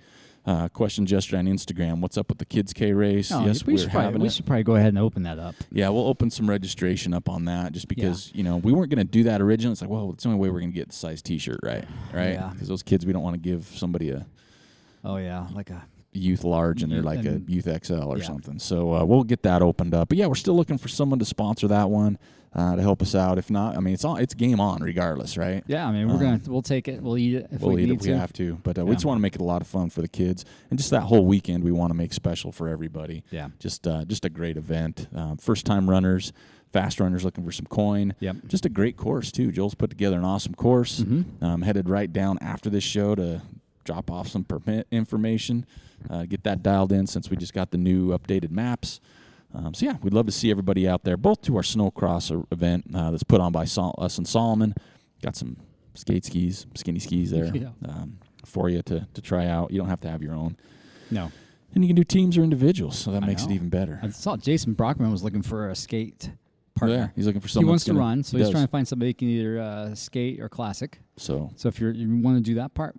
S1: Uh, question yesterday on Instagram. What's up with the Kids K race?
S2: No,
S1: yes,
S2: Oh, we
S1: we're
S2: should
S1: having
S2: probably we
S1: it.
S2: should probably go ahead and open that up.
S1: Yeah, we'll open some registration up on that just because, you know, we weren't going to do that originally. It's like, well, it's the only way we're going to get the size t shirt right. Right.
S2: Yeah.
S1: Because those kids, we don't want to give somebody a
S2: Oh yeah, like a
S1: youth large and they're
S2: Youth
S1: like a
S2: Mm-hmm. and-
S1: youth XL or
S2: yeah.
S1: something. So uh, we'll get that opened up. But yeah, we're still looking for someone to sponsor that one uh, to help us out. If not, I mean, it's on, it's game on regardless, right?
S2: yeah. I mean, we're
S1: Um,
S2: gonna we'll take it. We'll eat it if
S1: we'll
S2: we
S1: eat
S2: need
S1: if we
S2: to.
S1: have to. But uh, we
S2: Yeah.
S1: just want to make it a lot of fun for the kids, and just that whole weekend we want to make special for everybody.
S2: Yeah.
S1: just uh, just a great event. Um, First time runners, fast runners looking for some coin.
S2: Yep. Mm-hmm.
S1: just a great course too. Joel's put together an awesome course. Um, headed right down after this show to drop off some permit information, uh, get that dialed in since we just got the new updated maps. Um, so yeah, we'd love to see everybody out there, both to our snowcross uh, event uh, that's put on by Sol- us and Solomon. Got some skate skis, skinny skis there
S2: Yeah.
S1: um, for you to, to try out. You don't have to have your own,
S2: No,
S1: and you can do teams or individuals, so that
S2: I
S1: makes it
S2: know.
S1: even better.
S2: I saw Jason Brockman was looking for a skate
S1: Yeah,
S2: partner.
S1: he's looking for
S2: he
S1: someone.
S2: wants
S1: that's
S2: to
S1: gonna-
S2: run, so
S1: he
S2: he's
S1: does.
S2: trying to find somebody who can either uh, skate or classic.
S1: So
S2: So if you're, you want to do that part,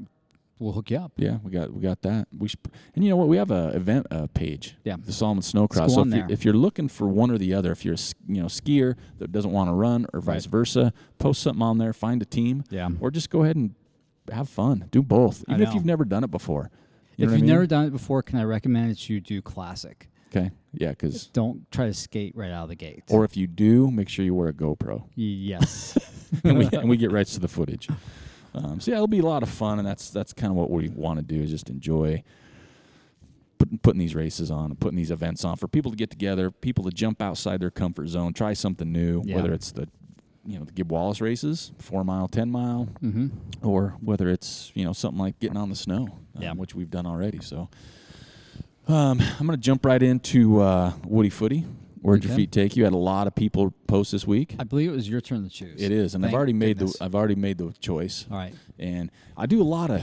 S2: we'll hook you up.
S1: Yeah, we got we got that. We should, and you know what? We have a event uh, page.
S2: Yeah.
S1: the Solomon Snowcross.
S2: go
S1: So
S2: on
S1: if
S2: there.
S1: you're, if you're looking for one or the other, if you're a s- you know skier that doesn't want to run or vice
S2: Right.
S1: versa, post something on there. Find a team.
S2: Yeah.
S1: Or just go ahead and have fun. Do both,
S2: I
S1: even if
S2: know.
S1: you've never done it before. You know
S2: if you've
S1: what I mean?
S2: never done it before, can I recommend that you do classic?
S1: okay, yeah, because
S2: Don't try to skate right out of the gate.
S1: or if you do, make sure you wear a GoPro,
S2: yes,
S1: and we and we get rights to the footage. Um, so yeah, it'll be a lot of fun, and that's that's kind of what we want to do is just enjoy putting, putting these races on and putting these events on for people to get together, people to jump outside their comfort zone, try something new,
S2: Yeah.
S1: whether it's the you know the Gib Wallace races, four mile, ten mile,
S2: hmm
S1: or whether it's you know something like getting on the snow, um,
S2: Yeah.
S1: which we've done already. So um, I'm gonna jump right into uh, Woody Footy. Where'd your
S2: Okay.
S1: feet take you? Had a lot of people post this week.
S2: I believe it was your turn to choose.
S1: it is, and I've
S2: Thank
S1: already made
S2: goodness.
S1: the I've already made the choice
S2: All right.
S1: and I do a lot of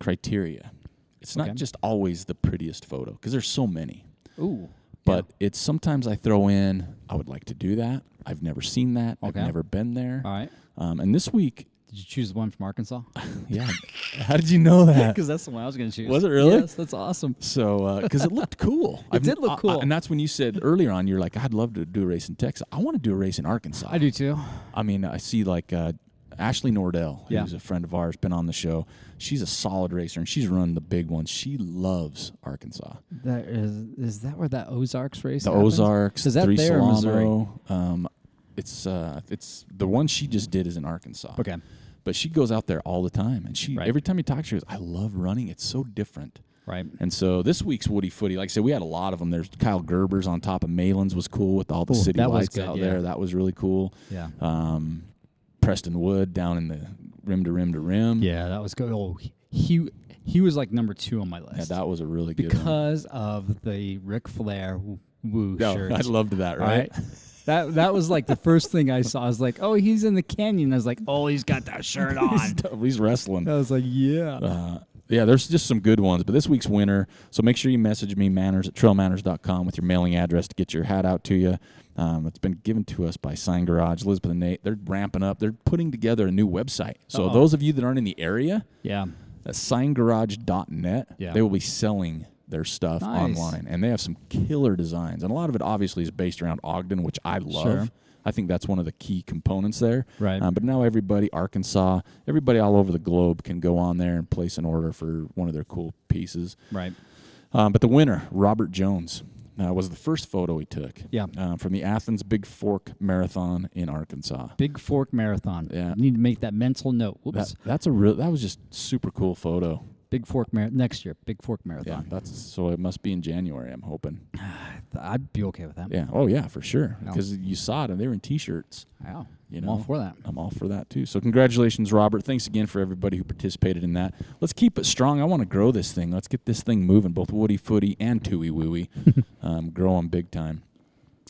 S1: criteria. It's not
S2: Okay.
S1: just always the prettiest photo because there's so many,
S2: Ooh.
S1: but it's sometimes I throw in I would like to do that. I've never seen that.
S2: Okay. Uh.
S1: I've never been there.
S2: Yeah. all right.
S1: Um, and this week,
S2: Did you choose the one from Arkansas?
S1: yeah. how did you know that?
S2: Because that's the one I was going to choose.
S1: Was it really?
S2: Yes, that's awesome.
S1: So, because it looked cool,
S2: It did look
S1: I- I-
S2: cool.
S1: and that's when you said earlier on, you're like, I'd love to do a race in Texas. I want to do a race in Arkansas.
S2: I do too.
S1: I mean, I see like uh, Ashley Nordell,
S2: Yeah.
S1: who's a friend of ours, been on the show. She's a solid racer and she's running the big ones. She loves Arkansas,
S2: That is, is that where that Ozarks race?
S1: the
S2: happens?
S1: Ozarks,
S2: Is that
S1: Three
S2: there in Missouri?
S1: Solano. Um, it's uh, it's the one she just did is in Arkansas.
S2: Okay.
S1: but she goes out there all the time, and she
S2: Right.
S1: every time you talk to her, she goes, "I love running. It's so different."
S2: Right.
S1: And so this week's Woody Footy, like I said, we had a lot of them. There's Kyle Gerber's on top of Malin's was cool with all the
S2: Ooh,
S1: city
S2: that was
S1: lights
S2: good,
S1: out
S2: yeah.
S1: there. That was really cool.
S2: Yeah.
S1: um, Preston Wood down in the rim to rim to rim.
S2: Yeah, that was good. Oh, he he was like number two on my list
S1: Yeah, that was a really good one.
S2: because of the Ric Flair w- woo
S1: No,
S2: shirt.
S1: I loved that,
S2: All
S1: right?
S2: That that was like the first thing I saw. I was like, oh, he's in the canyon. I was like, oh, he's got that shirt on.
S1: He's wrestling.
S2: I was like, yeah.
S1: Uh, yeah, there's just some good ones, but this week's winner. So make sure you message me manners at trailmanners.com with your mailing address to get your hat out to you. Um, it's been given to us by Sign Garage, Elizabeth and Nate. They're ramping up. They're putting together a new website. So
S2: Uh-oh.
S1: those of you that aren't in the area,
S2: Yeah.
S1: that's signgarage.net.
S2: Yeah.
S1: They will be selling their stuff
S2: Nice.
S1: online. And they have some killer designs. And a lot of it obviously is based around Ogden, which I love.
S2: Sure.
S1: I think that's one of the key components there.
S2: Right.
S1: Um, but now everybody, Arkansas, everybody all over the globe can go on there and place an order for one of their cool pieces.
S2: Right.
S1: Um, but the winner, Robert Jones. uh, was the first photo he took
S2: Yeah.
S1: uh, from the Athens Big Fork Marathon in Arkansas.
S2: Big Fork Marathon.
S1: Yeah.
S2: You need to make that mental note. Whoops.
S1: That, that's a real. That was just super cool photo.
S2: Big Fork Mar- next year. Big Fork
S1: Yeah,
S2: Marathon.
S1: that's so. It must be in January. I'm hoping.
S2: I'd be okay with that.
S1: Yeah. Oh yeah, for sure.
S2: Yeah.
S1: Because you saw it, and they were in t-shirts.
S2: Wow.
S1: You
S2: I'm all
S1: know.
S2: for that.
S1: I'm all for that too. So congratulations, Robert. Thanks again for everybody who participated in that. Let's keep it strong. I want to grow this thing. Let's get this thing moving. Both Woody Footy and Tooey Wooey, um, grow 'em big time.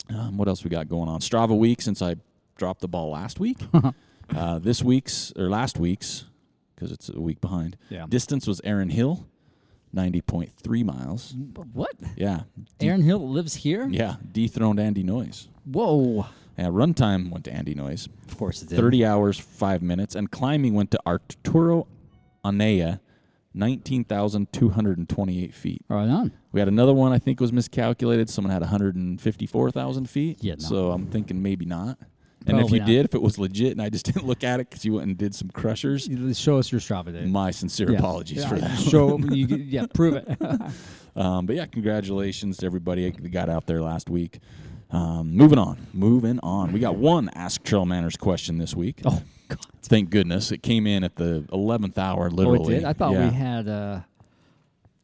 S1: Um, what else we got going on? Strava week since I dropped the ball last week. uh, this week's or last week's because it's a week behind.
S2: Yeah.
S1: Distance was Aaron Hill, ninety point three miles.
S2: Mm. What?
S1: Yeah.
S2: Aaron Hill lives here?
S1: Yeah. Dethroned Andy Noyes.
S2: Whoa.
S1: Yeah, run time went to Andy Noyes.
S2: Of course it did.
S1: 30 hours, 5 minutes. And climbing went to Arturo Anea, 19,228 feet.
S2: Right on.
S1: We had another one I think was miscalculated. Someone had 154,000 feet.
S2: Yeah, no.
S1: So I'm thinking maybe not. And if
S2: Probably
S1: you
S2: not.
S1: did, if it was legit and I just didn't look at it because you went and did some crushers,
S2: You- Show us your Strava data.
S1: my sincere
S2: Yeah.
S1: apologies
S2: Yeah,
S1: for that.
S2: Show, you, yeah, prove it.
S1: Um, but yeah, congratulations to everybody that got out there last week. Um, moving on, moving on. We got one Ask Trail Manners question this week.
S2: oh, God.
S1: Thank goodness it came in at the eleventh hour,
S2: Oh,
S1: literally.
S2: it did? I thought
S1: Yeah.
S2: we had, uh,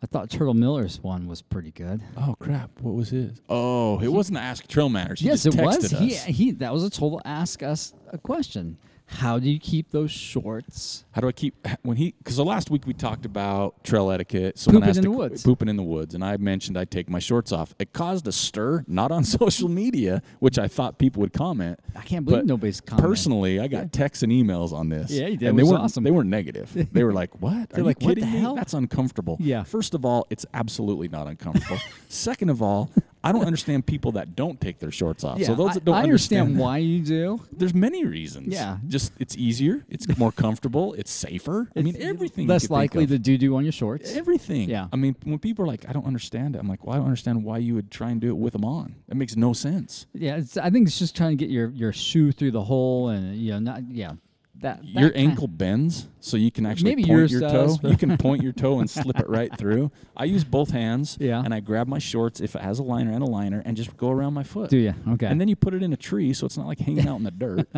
S2: I thought Turtle Miller's one was pretty good.
S1: Oh crap! What was his? Oh, it wasn't Ask Trail Manners. He
S2: yes, it
S1: just
S2: was.
S1: texted
S2: He,
S1: us.
S2: he, that was a total ask us a question. How do you keep those shorts?
S1: How do I keep when he? Because the last week we talked about trail etiquette. Someone
S2: Pooping
S1: asked
S2: in
S1: a
S2: the
S1: qu-
S2: woods.
S1: Pooping in the woods, and I mentioned I take my shorts off. It caused a stir, not on social media, which I thought people would comment.
S2: I can't believe
S1: but
S2: nobody's commenting.
S1: Personally, I got texts and emails on this.
S2: Yeah, you did. It
S1: And they
S2: was
S1: weren't
S2: awesome.
S1: they weren't negative. They were like, "What? Are
S2: They're like,
S1: you
S2: what
S1: kidding
S2: the
S1: me?
S2: hell?"
S1: That's uncomfortable."
S2: Yeah.
S1: First of all, it's absolutely not uncomfortable. Second of all, I don't understand people that don't take their shorts off. so those
S2: I,
S1: that don't
S2: I understand,
S1: understand
S2: why you do.
S1: there's many reasons.
S2: Yeah.
S1: Just it's easier, it's more comfortable, it's safer. I mean everything.
S2: Less
S1: you could
S2: likely
S1: think
S2: to
S1: of.
S2: do do on your shorts.
S1: everything.
S2: Yeah.
S1: I mean, when people are like, I don't understand it, I'm like, well, I don't understand why you would try and do it with them on. That makes no sense.
S2: Yeah, it's, I think it's just trying to get your, your shoe through the hole and you know not yeah that, that
S1: your
S2: kind-
S1: ankle bends so you can actually
S2: Maybe
S1: point
S2: yours
S1: your
S2: does,
S1: toe.
S2: but-
S1: You can point your toe and slip it right through. I use both hands
S2: Yeah.
S1: and I grab my shorts if it has a liner and a liner and just go around my foot.
S2: Do you okay?
S1: And then you put it in a tree so it's not like hanging out in the dirt.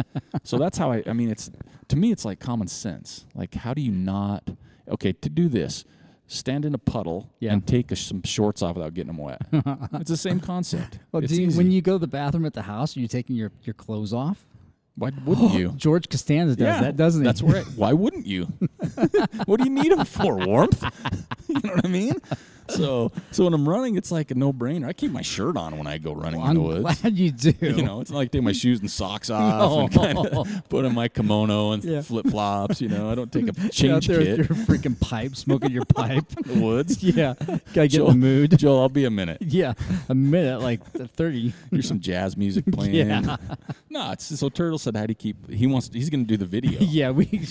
S1: so that's how I I mean it's to me it's like common sense. Like how do you not okay, to do this, stand in a puddle
S2: Yeah.
S1: and take a, some shorts off without getting them wet. it's the same concept.
S2: well,
S1: it's
S2: do you, when
S1: easy.
S2: you go to the bathroom at the house, are you taking your, your clothes off?
S1: why wouldn't you?
S2: George Costanza does that, doesn't he?
S1: That's right. Why wouldn't you? what do you need them for? Warmth? you know what I mean? So, so when I'm running, it's like a no-brainer. I keep my shirt on when I go running in
S2: I'm
S1: the woods.
S2: glad you do.
S1: You know, it's not like I take my shoes and socks off and kind of put on my kimono and
S2: Yeah.
S1: flip flops. You know, I don't take a
S2: Get out
S1: change
S2: there
S1: kit
S2: with your freaking pipe, smoking your pipe.
S1: in the woods.
S2: yeah, gotta get in
S1: Joel-
S2: the mood.
S1: Joel, I'll be a minute.
S2: Yeah, a minute like thirty.
S1: Here's some jazz music playing.
S2: Yeah.
S1: No, it's so Turtle said how do you keep. He wants. He's going to do the video.
S2: Yeah, we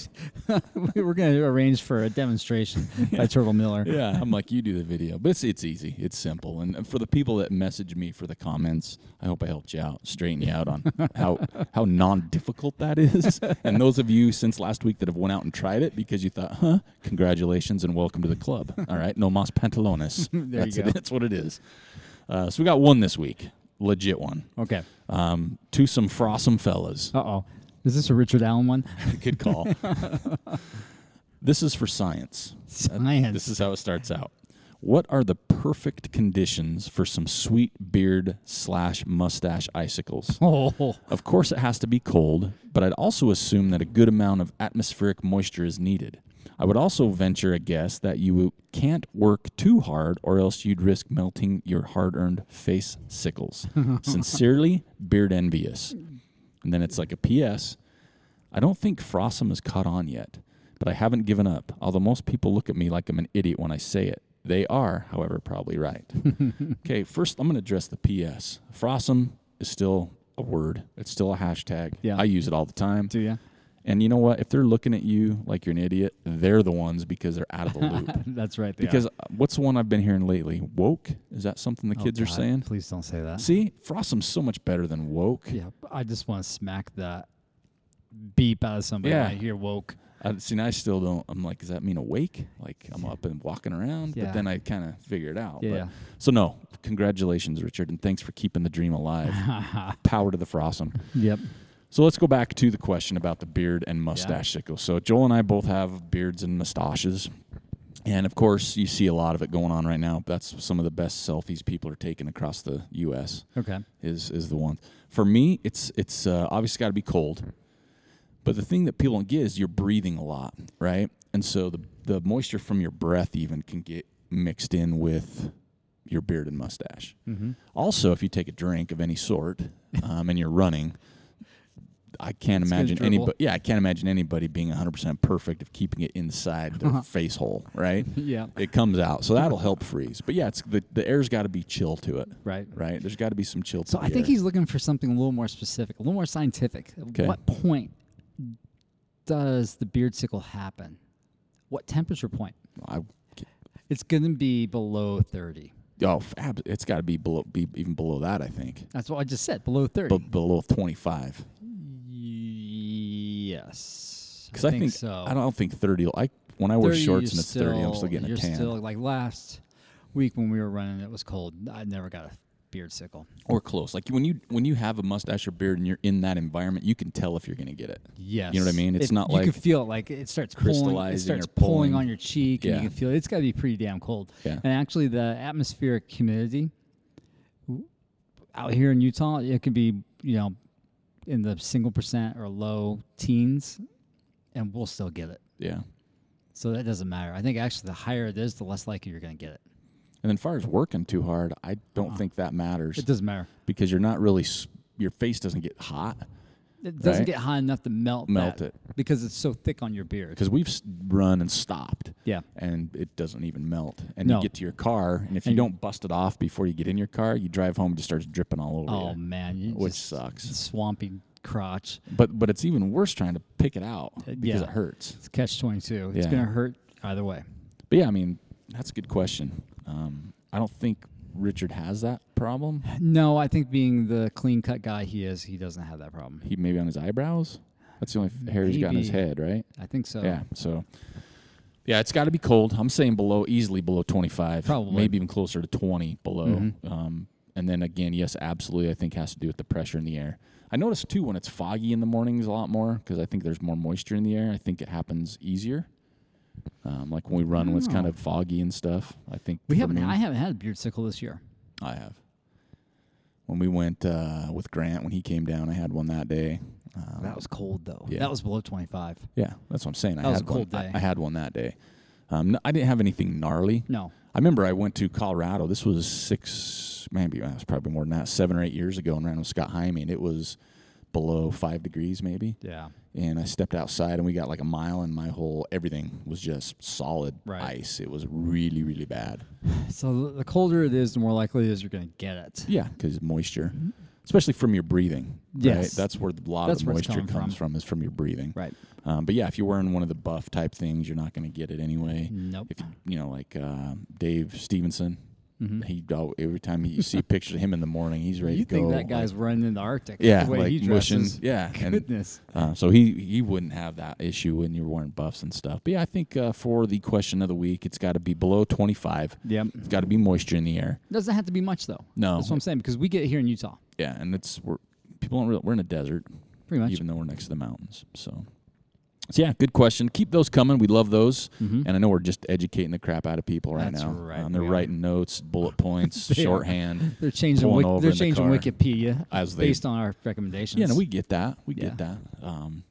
S2: we were gonna arrange for a demonstration by Turtle Miller.
S1: yeah, I'm like, you do the video, but it's it's easy, it's simple, and for the people that message me for the comments, I hope I helped you out, straighten you out on how how non-difficult that is, and those of you since last week that have went out and tried it because you thought, huh, congratulations and welcome to the club. All right, no mas pantalones.
S2: There
S1: that's
S2: you
S1: It,
S2: go.
S1: that's what it is. Uh, so we got one this week, legit one,
S2: Okay.
S1: um, to some frossom fellas.
S2: Uh oh. Is this a Richard Allen one?
S1: Good call. this is for science.
S2: Science.
S1: This is how it starts out. What are the perfect conditions for some sweet beard slash mustache icicles?
S2: oh.
S1: Of course, it has to be cold, but I'd also assume that a good amount of atmospheric moisture is needed. I would also venture a guess that you can't work too hard, or else you'd risk melting your hard earned face sickles. Sincerely, Beard Envious. And then it's like a PS. I don't think Frossom has caught on yet, but I haven't given up. Although most people look at me like I'm an idiot when I say it. They are, however, probably right. okay, first I'm going to address the PS. Frossom is still a word, it's still a hashtag.
S2: Yeah.
S1: I use it all the time.
S2: Do you?
S1: And you know what? If they're looking at you like you're an idiot, they're the ones because they're out of the loop.
S2: That's right. they
S1: because
S2: are.
S1: uh, what's the one I've been hearing lately? Woke? Is that something the
S2: Oh,
S1: kids are
S2: God,
S1: saying?
S2: Please don't say that.
S1: See, Frossum's so much better than woke.
S2: Yeah, I just want to smack that beep out of somebody
S1: Yeah.
S2: when I hear woke.
S1: I, see, now I still don't. I'm like, does that mean awake? Like I'm up and walking around?
S2: Yeah.
S1: But then I kind of figure it out.
S2: Yeah.
S1: But, so no, congratulations, Richard, and thanks for keeping the dream alive. Power to the frostum.
S2: Yep.
S1: So let's go back to the question about the beard and mustache sickle. So Joel and I both have beards and mustaches. And of course, you see a lot of it going on right now. That's some of the best selfies people are taking across the US
S2: Okay.
S1: is is the one. For me, it's it's uh, obviously got to be cold. But the thing that people don't get is you're breathing a lot, right? And so the the moisture from your breath even can get mixed in with your beard and mustache.
S2: Mm-hmm.
S1: Also, if you take a drink of any sort um, and you're running, I can't
S2: It's gonna
S1: imagine
S2: dribble.
S1: anybody. Yeah, I can't imagine anybody being 100% perfect of keeping it inside
S2: Uh-huh.
S1: their face hole. Right?
S2: Yeah.
S1: It comes out, so that'll help freeze. But yeah, it's the the air's got to be chill to it.
S2: Right.
S1: Right? There's got to be some chill.
S2: So
S1: to
S2: I
S1: the
S2: think
S1: air.
S2: he's looking for something a little more specific, a little more scientific. At
S1: 'Kay.
S2: what point does the beard sickle happen? What temperature point?
S1: I,
S2: It's going to be below 30.
S1: oh, fab, it's got to be below, be even below that. I think,
S2: That's what I just said, below 30.
S1: but below 25.
S2: yes.
S1: Because I, think,
S2: so.
S1: I don't think 30. will- I when I wear
S2: 30,
S1: shorts
S2: you're
S1: and it's 30, I'm still getting
S2: you're
S1: a tan.
S2: still like last week when we were running, it was cold. I never got a beard sickle.
S1: or close. Like when you when you have a mustache or beard and you're in that environment, you can tell if you're gonna get it.
S2: Yes.
S1: You know what I mean? It's
S2: If-
S1: not
S2: you
S1: like-
S2: can feel it, like it starts Pulling, it
S1: crystallizing
S2: starts
S1: or
S2: pulling
S1: pulling.
S2: on your cheek, and
S1: Yeah.
S2: you can feel it. It's got to be pretty damn cold.
S1: Yeah.
S2: And actually, the atmospheric humidity out here in Utah, it could be you know in the single percent or low teens, and we'll still get it.
S1: Yeah.
S2: So that doesn't matter. I think actually, the higher it is, the less likely you're going to get it.
S1: And then far as working too hard, I don't think that matters
S2: It doesn't matter.
S1: because you're not really s- your face doesn't get hot
S2: It doesn't
S1: Right.
S2: get high enough to melt
S1: Melt
S2: that
S1: it.
S2: because it's so thick on your beard.
S1: because we've s- run and stopped.
S2: Yeah.
S1: And it doesn't even melt. And
S2: No.
S1: you get to your car, and if you
S2: And-
S1: don't bust it off before you get in your car, you drive home it just starts dripping all over
S2: Oh
S1: you,
S2: man, you
S1: which
S2: just-
S1: sucks.
S2: Swampy crotch.
S1: But but it's even worse trying to pick it out because
S2: Uh, yeah.
S1: it hurts.
S2: It's catch twenty two. It's
S1: Yeah.
S2: gonna hurt either way.
S1: But yeah, I mean that's a good question. Um, I don't think Richard has that problem.
S2: No, I think being the clean cut guy he is, he doesn't have that problem.
S1: he maybe on his eyebrows. That's the only f- hair he's got on his
S2: Maybe.
S1: head, right?
S2: I think so.
S1: Yeah. So, yeah, it's got to be cold. I'm saying below, easily below 25,
S2: Probably.
S1: maybe even closer to 20 below.
S2: Mhm.
S1: Um, and then again, yes, absolutely. I think has to do with the pressure in the air. I notice too when it's foggy in the mornings a lot more because I think there's more moisture in the air. I think it happens easier. Um, like when we run, when it's kind
S2: Oh.
S1: of foggy and stuff. I think
S2: We
S1: for
S2: haven't.
S1: me-
S2: I haven't had a beard sickle this year.
S1: I have. When we went uh, with Grant when he came down, I had one that day. Um,
S2: That was cold though.
S1: yeah.
S2: That was below twenty five.
S1: Yeah, that's what I'm saying.
S2: That
S1: I
S2: was
S1: had
S2: a cold
S1: one.
S2: day.
S1: I, I had one that day. Um, n- I didn't have anything gnarly.
S2: No.
S1: I remember I went to Colorado. This was six, maybe it was probably more than that, seven or eight years ago, and ran with Scott Hyme, and it was below five degrees maybe.
S2: Yeah.
S1: And I stepped outside, and we got like a mile, and my whole everything was just solid
S2: Right.
S1: ice. It was really, really bad.
S2: So the- the colder it is, the more likely it is you're gonna get it.
S1: Yeah, because moisture, especially from your breathing.
S2: Yes.
S1: that's where a lot
S2: That's
S1: of the
S2: where it's
S1: moisture
S2: coming
S1: comes from. is from your breathing.
S2: Right.
S1: Um, but yeah, if you're wearing one of the buff type things, you're not going to get it anyway.
S2: Nope.
S1: if you, you know, like uh, Dave Stevenson,
S2: Mhm.
S1: he al- every time you see a picture of him in the morning, he's ready
S2: You
S1: to go.
S2: think that guy's
S1: like,
S2: running in the Arctic?
S1: yeah,
S2: The way
S1: like
S2: he
S1: mushing,
S2: dresses.
S1: yeah, and
S2: Goodness.
S1: uh, so he he wouldn't have that issue when you're wearing buffs and stuff. But yeah, I think uh, for the question of the week, it's got to be below 25.
S2: Yep.
S1: It's got to be moisture in the air.
S2: Doesn't have to be much though.
S1: No.
S2: That's what I'm saying because we get it here in Utah,
S1: Yeah, and it's we're people don't real we're in a desert,
S2: pretty much.
S1: even though we're next to the mountains. So. So yeah, good question. Keep those coming. We love those,
S2: Mhm.
S1: and I know we're just educating the crap out of people right
S2: That's
S1: now.
S2: right,
S1: Um, they're
S2: we are.
S1: wiki notes, bullet points,
S2: They are.
S1: shorthand.
S2: They're changing.
S1: pulling
S2: Wik-
S1: over
S2: they're
S1: in the
S2: changing
S1: car
S2: Wikipedia
S1: as they-
S2: based on our recommendations.
S1: Yeah, no, we get that. We get
S2: Yeah.
S1: that. Um,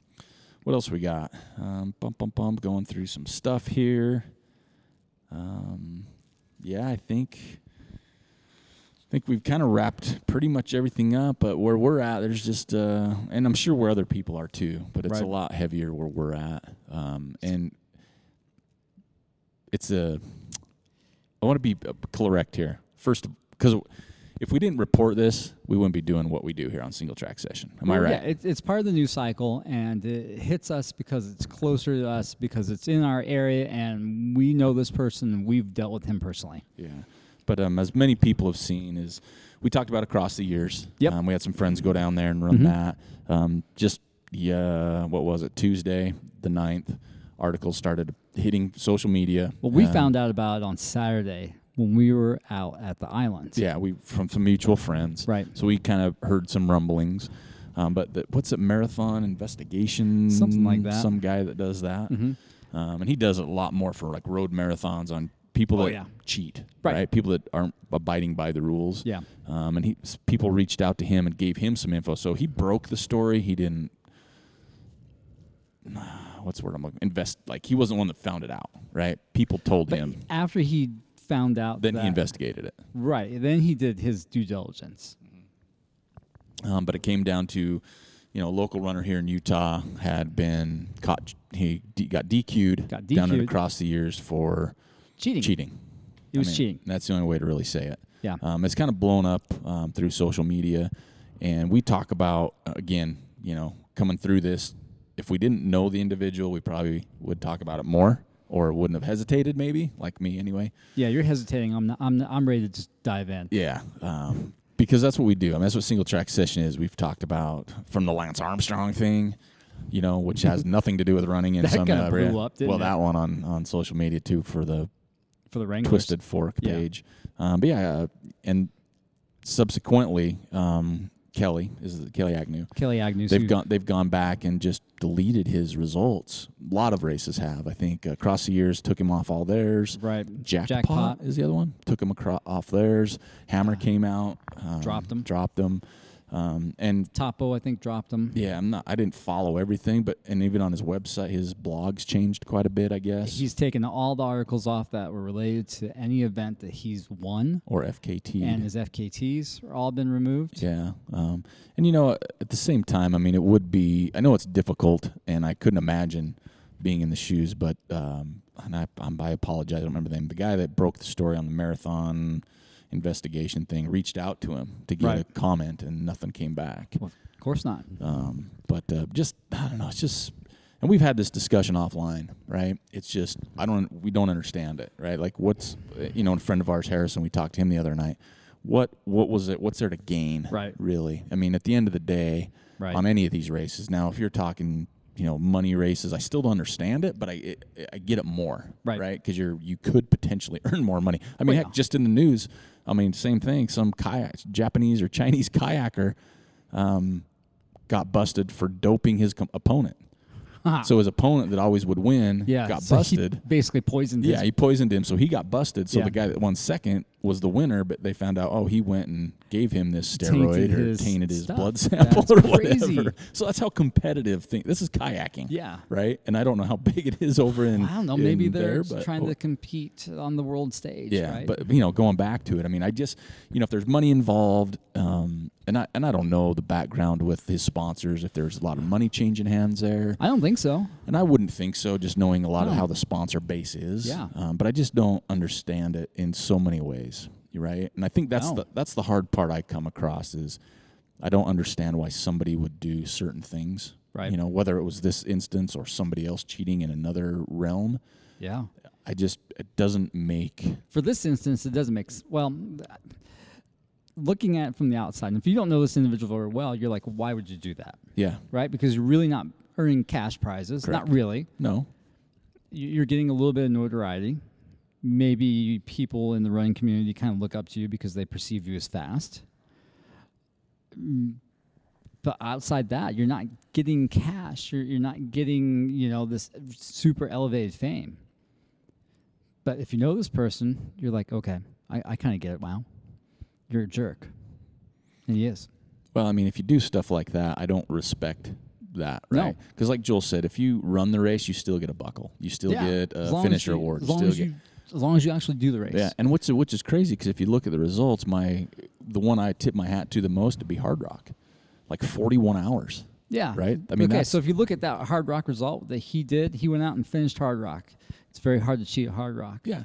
S1: what else we got? Um, bum bum bum. Going through some stuff here. Um, yeah, I think I think we've kind of wrapped pretty much everything up. But where we're at, there's just, uh, and I'm sure where other people are too. But it's a
S2: Right.
S1: lot heavier where we're at, um, and it's a. I want to be uh, correct here first, because if we didn't report this, we wouldn't be doing what we do here on Single Track Session. Am I
S2: Well,
S1: right?
S2: Yeah, it's it's part of the news cycle, and it hits us because it's closer to us, because it's in our area, and we know this person, and we've dealt with him personally.
S1: Yeah. But um, as many people have seen, is we talked about across the years.
S2: Yep. Mm-hmm.
S1: Um, we had some friends go down there and run that. Um, just yeah, what was it? Tuesday the 9th. articles started hitting social media.
S2: Well, we
S1: Uh,
S2: found out about it on Saturday when we were out at the islands.
S1: Yeah, we from some mutual friends.
S2: Right.
S1: So we kind of heard some rumblings. Um, but the, what's it, marathon investigation?
S2: Something like that.
S1: Some guy that does that.
S2: Mhm.
S1: Um, and he does it a lot more for like road marathons on people
S2: Oh,
S1: that
S2: yeah.
S1: cheat,
S2: Right.
S1: People that aren't abiding by the rules.
S2: Yeah.
S1: Um, and he s- people reached out to him and gave him some info. So he broke the story. He didn't. What's the word I'm looking? Invest like he wasn't one that found it out, right? People told
S2: But
S1: him.
S2: after he found out
S1: Then
S2: that,
S1: he investigated it.
S2: Right. Then he did his due diligence.
S1: Um, but it came down to, you know, a local runner here in Utah had been caught. He d- got DQ'd,
S2: Got
S1: down and
S2: DQ'd.
S1: across the years for
S2: Cheating.
S1: cheating.
S2: He was
S1: I mean,
S2: cheating.
S1: That's the only way to really say it.
S2: Yeah.
S1: Um, it's kind of blown up um, through social media, and we talk about uh, again, you know, coming through this. If we didn't know the individual, we probably would talk about it more, or wouldn't have hesitated. Maybe like me, anyway.
S2: yeah, you're hesitating. I'm not, I'm I'm ready to just dive in.
S1: Yeah, um, because that's what we do. I mean, that's what single track session is. We've talked about from the Lance Armstrong thing, you know, which has nothing to do with running in
S2: That
S1: some
S2: kinda
S1: area.
S2: blew up, didn't
S1: well,
S2: it?
S1: that one on on social media too for the
S2: For the Wranglers.
S1: Twisted Fork
S2: Yeah.
S1: page. Um, but yeah, uh, and subsequently, um, Kelly is it Kelly Agnew.
S2: Kelly Agnew.
S1: They've gone. They've gone back and just deleted his results. A lot of races have, I think. Across the years, took him off all theirs.
S2: Right.
S1: Jackpot,
S2: Jackpot.
S1: is the other one. Took them across off theirs. Hammer came out. um,
S2: Dropped 'em.
S1: Dropped them. Um, and
S2: Topo, I think, dropped him.
S1: yeah, I'm not. I didn't follow everything, but and even on his website, his blogs changed quite a bit. I guess
S2: He's taken all the articles off that were related to any event that he's won,
S1: or FKT.
S2: and his FKTs are all been removed.
S1: yeah, um, and you know, at the same time, I mean, it would be. I know it's difficult, and I couldn't imagine being in the shoes, but um, and I, I'm, I apologize. I don't remember the name. The guy that broke the story on the marathon investigation thing reached out to him to get a
S2: Right.
S1: comment, and nothing came back.
S2: Well, of course not.
S1: Um, but uh, just I don't know. It's just, and we've had this discussion offline, right? It's just I don't we don't understand it, right? Like what's you know, a friend of ours, Harrison, we talked to him the other night. What what was it? What's there to gain,
S2: Right.
S1: Really, I mean, at the end of the day,
S2: Right.
S1: on any of these races. Now, if you're talking, you know, money races, I still don't understand it, but I it, I get it more,
S2: Right.
S1: Right? Because you're you could potentially earn more money. I mean,
S2: Well,
S1: heck,
S2: yeah.
S1: just in the news, I mean, same thing. Some kayak, Japanese or Chinese kayaker, um, got busted for doping his com- opponent. So his opponent that always would win
S2: yeah,
S1: got
S2: so he
S1: busted.
S2: basically poisoned.
S1: Yeah,
S2: his,
S1: he poisoned him, so he got busted. So
S2: Yeah.
S1: the guy that won second was the winner, but they found out, oh, he went and gave him this steroid
S2: Tainted
S1: or
S2: his
S1: tainted his
S2: stuff.
S1: blood sample
S2: That's
S1: or
S2: crazy.
S1: whatever. So that's how competitive thing. This is kayaking,
S2: yeah.
S1: right? And I don't know how big it is over in.
S2: I don't know. Maybe
S1: in there,
S2: they're
S1: but,
S2: trying
S1: oh,
S2: to compete on the world stage.
S1: Yeah,
S2: right?
S1: but you know, going back to it, I mean, I just, you know, if there's money involved, um, and I and I don't know the background with his sponsors, if there's a lot of money changing hands there.
S2: I don't think so.
S1: And I wouldn't think so, just knowing a lot of
S2: No.
S1: how the sponsor base is.
S2: Yeah.
S1: Um, but I just don't understand it in so many ways. You right? And I think that's
S2: No.
S1: the that's the hard part I come across is I don't understand why somebody would do certain things.
S2: Right.
S1: You know, whether it was this instance or somebody else cheating in another realm.
S2: Yeah.
S1: I just it doesn't make
S2: For this instance, it doesn't make s- well. th- Looking at it from the outside, and if you don't know this individual very well, you're like, why would you do that,
S1: yeah.
S2: right? Because you're really not earning cash prizes,
S1: Correct.
S2: not really.
S1: No.
S2: you- you're getting a little bit of notoriety. Maybe people in the running community kind of look up to you because they perceive you as fast. Mm, But outside that, you're not getting cash. You're, you're not getting, you know, this super elevated fame. But if you know this person, you're like, okay, I, I kind of get it. Wow. You're a jerk. And he is.
S1: Well, I mean, if you do stuff like that, I don't respect that,
S2: No.
S1: right? Because, like Joel said, if you run the race, you still get a buckle, you still get
S2: As
S1: a
S2: long as
S1: finisher
S2: you-
S1: award,
S2: As
S1: you
S2: long
S1: still
S2: as
S1: get
S2: you, as long as you actually do the race.
S1: Yeah, and what's which is crazy because if you look at the results, my the one I tip my hat to the most would be Hard Rock, like forty one hours.
S2: Yeah.
S1: Right? I mean,
S2: okay.
S1: that's-
S2: So if you look at that Hard Rock result that he did, he went out and finished Hard Rock. It's very hard to cheat at Hard Rock.
S1: Yeah,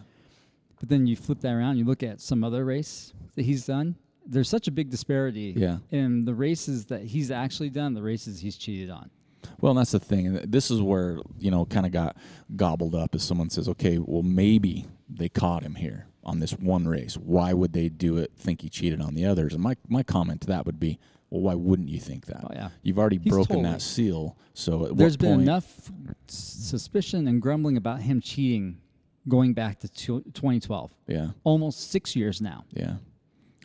S2: But then you flip that around, you look at some other race that he's done. There's such a big disparity
S1: Yeah.
S2: in the races that he's actually done, the races he's cheated on.
S1: Well, and that's the thing. and This is where you know kind of got gobbled up. As someone says, okay, well maybe they caught him here on this one race. Why would they do it? Think he cheated on the others? And my my comment to that would be, Well, why wouldn't you think that?
S2: Oh yeah.
S1: You've already
S2: He's
S1: broken
S2: totally-
S1: that seal. So at
S2: There's
S1: what
S2: been
S1: point?
S2: enough s- suspicion and grumbling about him cheating going back to tw- 2012,
S1: Yeah,
S2: almost six years now.
S1: yeah.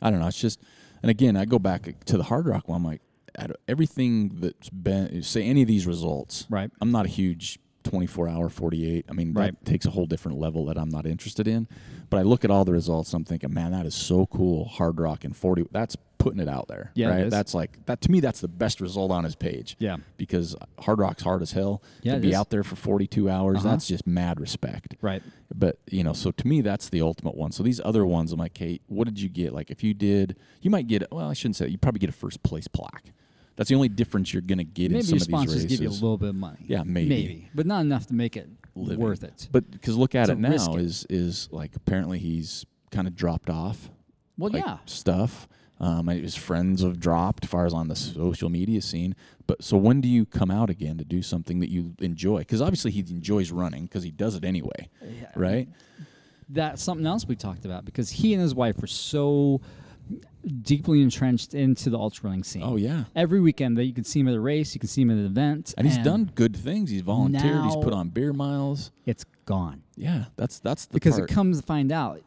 S1: I don't know. It's just, and again, I go back to the Hard Rock one. I'm like, out of everything that's been, say any of these results,
S2: Right.
S1: I'm not a huge 24 hour 48. I mean,
S2: Right.
S1: that takes a whole different level that I'm not interested in. But I look at all the results, I'm thinking, man, that is so cool. Hard rock and 40. That's putting it out there.
S2: Yeah, it
S1: right?
S2: is.
S1: That's like that to me. That's the best result on his page.
S2: Yeah.
S1: because hard rock's hard as hell.
S2: Yeah,
S1: to
S2: it
S1: be
S2: is.
S1: out there for 42 hours,
S2: Uh-huh.
S1: that's just mad respect.
S2: Right.
S1: But you know, so to me, that's the ultimate one. So these other ones, I'm like, hey, what did you get? Like, if you did, you might get. Well, I shouldn't say. You probably get a first place plaque. That's the only difference you're gonna get in
S2: Maybe
S1: some
S2: your
S1: of these
S2: sponsors
S1: races.
S2: give you a little bit of money.
S1: Yeah, maybe.
S2: but not enough to make it
S1: living.
S2: worth it.
S1: But because look at
S2: To
S1: it now
S2: risk it.
S1: is is like apparently he's kind of dropped off.
S2: Well,
S1: like,
S2: yeah.
S1: stuff. Um, and his friends have dropped as far as on the social media scene. But so when do you come out again to do something that you enjoy? Because obviously he enjoys running because he does it anyway, right?
S2: that's something else we talked about because he and his wife were so deeply entrenched into the ultra running scene.
S1: Oh yeah,
S2: Every weekend that you can see him at a race, you can see him at an event,
S1: and he's done good things. He's volunteered. he's
S2: now-
S1: put on beer miles.
S2: It's gone
S1: Yeah, that's that's the
S2: because
S1: part.
S2: it comes to find out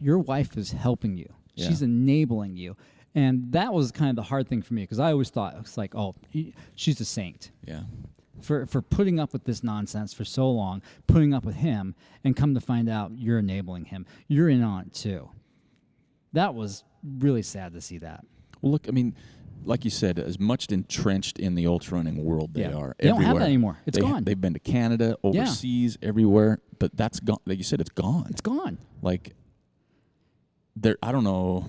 S2: your wife is helping you. She's
S1: Yeah.
S2: enabling you, and that was kind of the hard thing for me because I always thought it's like, oh, he- she's a saint.
S1: yeah,
S2: for for putting up with this nonsense for so long, putting up with him, and come to find out you're enabling him. You're in on it too. That was really sad to see that.
S1: Well, look, I mean, like you said, as much entrenched in the ultra running world they
S2: Yeah.
S1: are.
S2: They don't have that
S1: everywhere.
S2: anymore. It's
S1: They-
S2: gone.
S1: They've been to Canada,
S2: Yeah.
S1: overseas, everywhere, but that's gone. Like you said, it's gone.
S2: It's gone.
S1: like there. I don't know.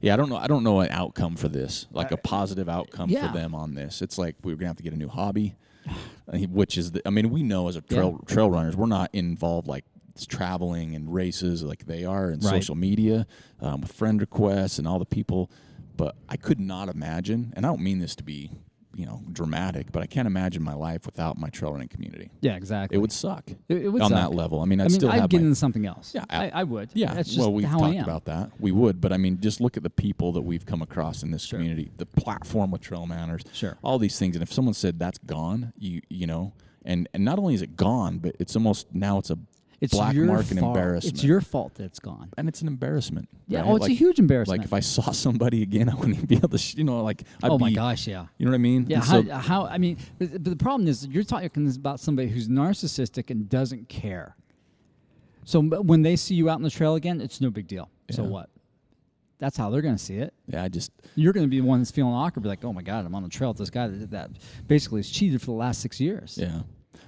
S1: Yeah, I don't know. I don't know an outcome for this, like a positive outcome
S2: yeah.
S1: for them on this. It's like we're gonna have to get a new hobby, I mean, which is. The, I mean, we know as a trail trail runners, we're not involved like it's traveling and races like they are in
S2: Right.
S1: social media um, with friend requests and all the people. But I could not imagine, and I don't mean this to be, you know, dramatic, but I can't imagine my life without my trail running community.
S2: Yeah, exactly.
S1: It would suck.
S2: It- it would
S1: on
S2: suck.
S1: that level. I mean,
S2: I
S1: I'd
S2: mean,
S1: still
S2: I'd
S1: have
S2: get
S1: my
S2: into something else.
S1: Yeah,
S2: I, I would.
S1: yeah,
S2: that's just
S1: well, we've
S2: how
S1: talked
S2: I am.
S1: about that. We would, but I mean, just look at the people that we've come across in this community, the platform with Trail Manners,
S2: Sure.
S1: all these things. And if someone said that's gone, you you know, and and not only is it gone, but it's almost now it's a
S2: It's
S1: black
S2: your
S1: mark and
S2: fault.
S1: embarrassment.
S2: It's your fault that it's gone.
S1: and it's an embarrassment.
S2: Yeah.
S1: right?
S2: Oh, it's a
S1: Like-
S2: huge embarrassment.
S1: Like if I saw somebody again, I wouldn't be able to, sh- you know, like I'd
S2: oh
S1: be,
S2: my gosh, yeah.
S1: you know what I mean?
S2: Yeah,
S1: And
S2: how,
S1: so,
S2: how? I mean, but, but the problem is you're talking about somebody who's narcissistic and doesn't care. So m- when they see you out on the trail again, it's no big deal. So
S1: Yeah.
S2: what? That's how they're going to see it.
S1: yeah, I just
S2: You're going to be the one that's feeling awkward, be like, "Oh my God, I'm on the trail with this guy that, did that basically has cheated for the last six years."
S1: yeah.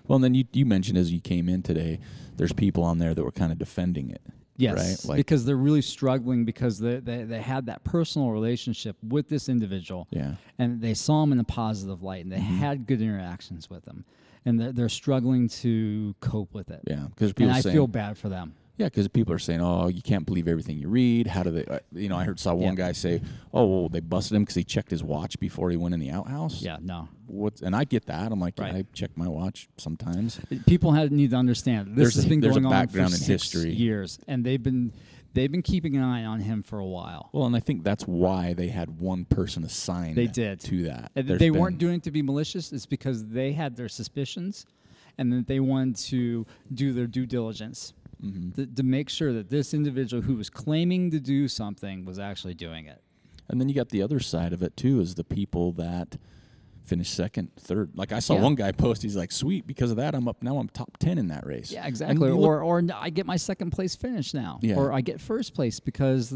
S1: Well, and then you you mentioned as you came in today, there's people on there that were kind of defending it.
S2: Yes,
S1: Right? Like,
S2: because they're really struggling because they, they they had that personal relationship with this individual.
S1: yeah. Mm-hmm.
S2: and they saw him in a positive light and they had good interactions with him and they're, they're struggling to cope with it
S1: Yeah, because people
S2: and i
S1: saying,
S2: feel bad for them
S1: Yeah, because people are saying, "Oh, you can't believe everything you read." How do they? uh, You know, I heard saw one
S2: Yeah.
S1: guy say, "Oh, well, they busted him because he checked his watch before he went in the outhouse."
S2: yeah no
S1: What's and I get that. I'm like, yeah,
S2: Right.
S1: I check my watch sometimes.
S2: people have, need to understand this
S1: There's
S2: has
S1: a-
S2: been
S1: there's a
S2: going on for
S1: background in
S2: six
S1: history.
S2: years and they've been they've been keeping an eye on him for a while
S1: Well, and I think that's why they had one person assigned.
S2: They did.
S1: to that.
S2: And
S1: There's
S2: they weren't
S1: been-
S2: doing it to be malicious it's because they had their suspicions and that they wanted to do their due diligence to, to make sure that this individual who was claiming to do something was actually doing it
S1: And then you got the other side of it too, is the people that finish second, third. Like I saw
S2: Yeah.
S1: one guy post, he's like, "Sweet, because of that, I'm up now. I'm top ten in that race."
S2: Yeah,
S1: And
S2: exactly.
S1: you look-
S2: Or or n- I get my second place finish now,
S1: Yeah.
S2: or I get first place because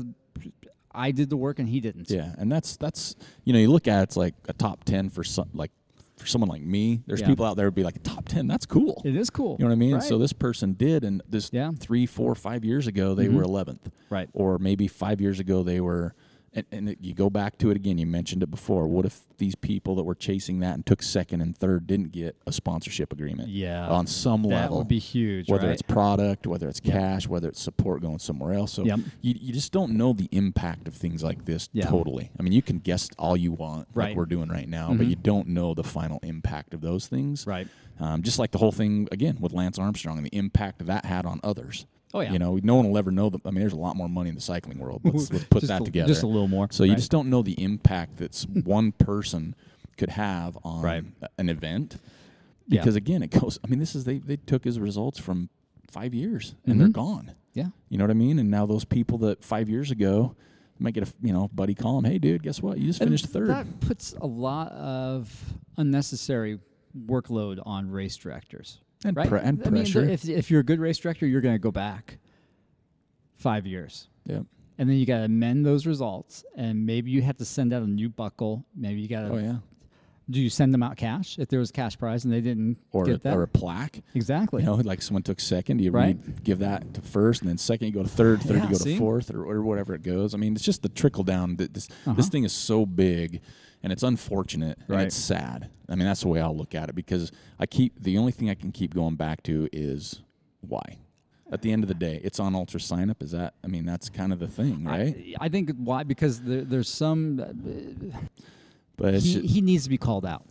S2: I did the work and he didn't.
S1: Yeah, and that's that's you know you look at it, it's like a top ten for some like for someone like me. There's
S2: Yeah.
S1: people out there who'd be like top ten. That's cool.
S2: It is cool.
S1: You know what I mean?
S2: Right.
S1: So this person did, and this
S2: Yeah. Mm-hmm.
S1: three, four, five years ago they were eleventh,
S2: Right.
S1: Or maybe five years ago they were. And, and it- you go back to it again. You mentioned it before. What if these people that were chasing that and took second and third didn't get a sponsorship agreement?
S2: Yeah.
S1: on some
S2: that
S1: level
S2: would be huge,
S1: whether
S2: right?
S1: it's product, whether it's cash, whether it's support going somewhere else. So
S2: Yep.
S1: you, you just don't know the impact of things like this
S2: Yeah.
S1: totally. I mean, you can guess all you want,
S2: Right. Mm-hmm.
S1: like we're doing right now, but you don't know the final impact of those things.
S2: Right.
S1: Um, just like the whole thing, again, with Lance Armstrong and the impact that had on others.
S2: Oh yeah.
S1: You know, no one will ever know. The, I mean, there's a lot more money in the cycling world. Let's, let's put
S2: Just
S1: that
S2: a-
S1: together.
S2: Just a little more.
S1: So you
S2: right?
S1: just don't know the impact that s- one person could have on
S2: Right.
S1: a- an event.
S2: Yeah.
S1: Because again, it goes. I mean, this is they they took his results from five years and they're
S2: Mhm.
S1: gone.
S2: yeah.
S1: You know what I mean? And now those people that five years ago might get a f- you know buddy call him, hey dude, guess what? You just
S2: And
S1: finished third.
S2: That puts a lot of unnecessary workload on race directors.
S1: And
S2: right?
S1: pre- and
S2: I mean, the-
S1: pressure.
S2: if, if you're a good race director, you're going to go back five years.
S1: Yep.
S2: And then you got to amend those results. And maybe you have to send out a new buckle. Maybe you got to,
S1: Oh yeah.
S2: do you send them out cash if there was cash prize and they didn't
S1: Or
S2: get
S1: a,
S2: that?
S1: or a plaque.
S2: exactly.
S1: You know, like someone took second, you
S2: Right.
S1: read- give that to first, and then second you go to third, third
S2: Yeah,
S1: you go
S2: see?
S1: to fourth, or, or whatever it goes. I mean, it's just the trickle down. That this
S2: Uh-huh.
S1: this thing is so big, and it's unfortunate and
S2: Right.
S1: it's sad. I mean, that's the way I'll look at it because I keep the only thing I can keep going back to is why. At the end of the day, it's on ultra sign up. Is that? I mean, that's kind of the thing, right?
S2: I, I think why? Because there, there's some,
S1: but it's
S2: he,
S1: ju-
S2: he needs to be called out.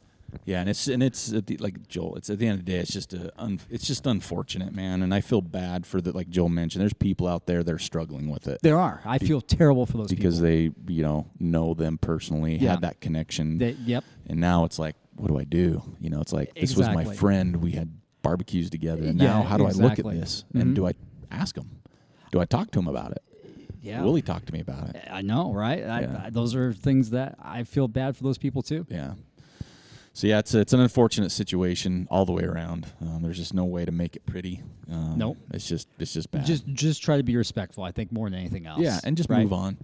S1: Yeah, and it's and it's at the, like Joel. It's at the end of the day, it's just a un, it's just unfortunate, man. And I feel bad for the like Joel mentioned. There's people out there that are struggling with it
S2: There are. I feel terrible for those
S1: because
S2: people.
S1: they you know know them personally,
S2: Yeah.
S1: had that connection,
S2: They, yep.
S1: and now it's like, what do I do? You know, it's like this was my
S2: Exactly.
S1: friend. We had barbecues together, and
S2: Yeah,
S1: now how do I look
S2: exactly.
S1: at this? And
S2: Mhm.
S1: do I ask him? Do I talk to him about it?
S2: Yeah.
S1: Will he talk to me about it?
S2: I know, right? I,
S1: Yeah.
S2: I, those are things that I feel bad for those people too.
S1: Yeah. So yeah, it's it's an unfortunate situation all the way around. Um, there's just no way to make it pretty. Um,
S2: Nope.
S1: It's just it's just bad.
S2: Just just try to be respectful. I think more than anything else.
S1: yeah, and just
S2: right?
S1: move on.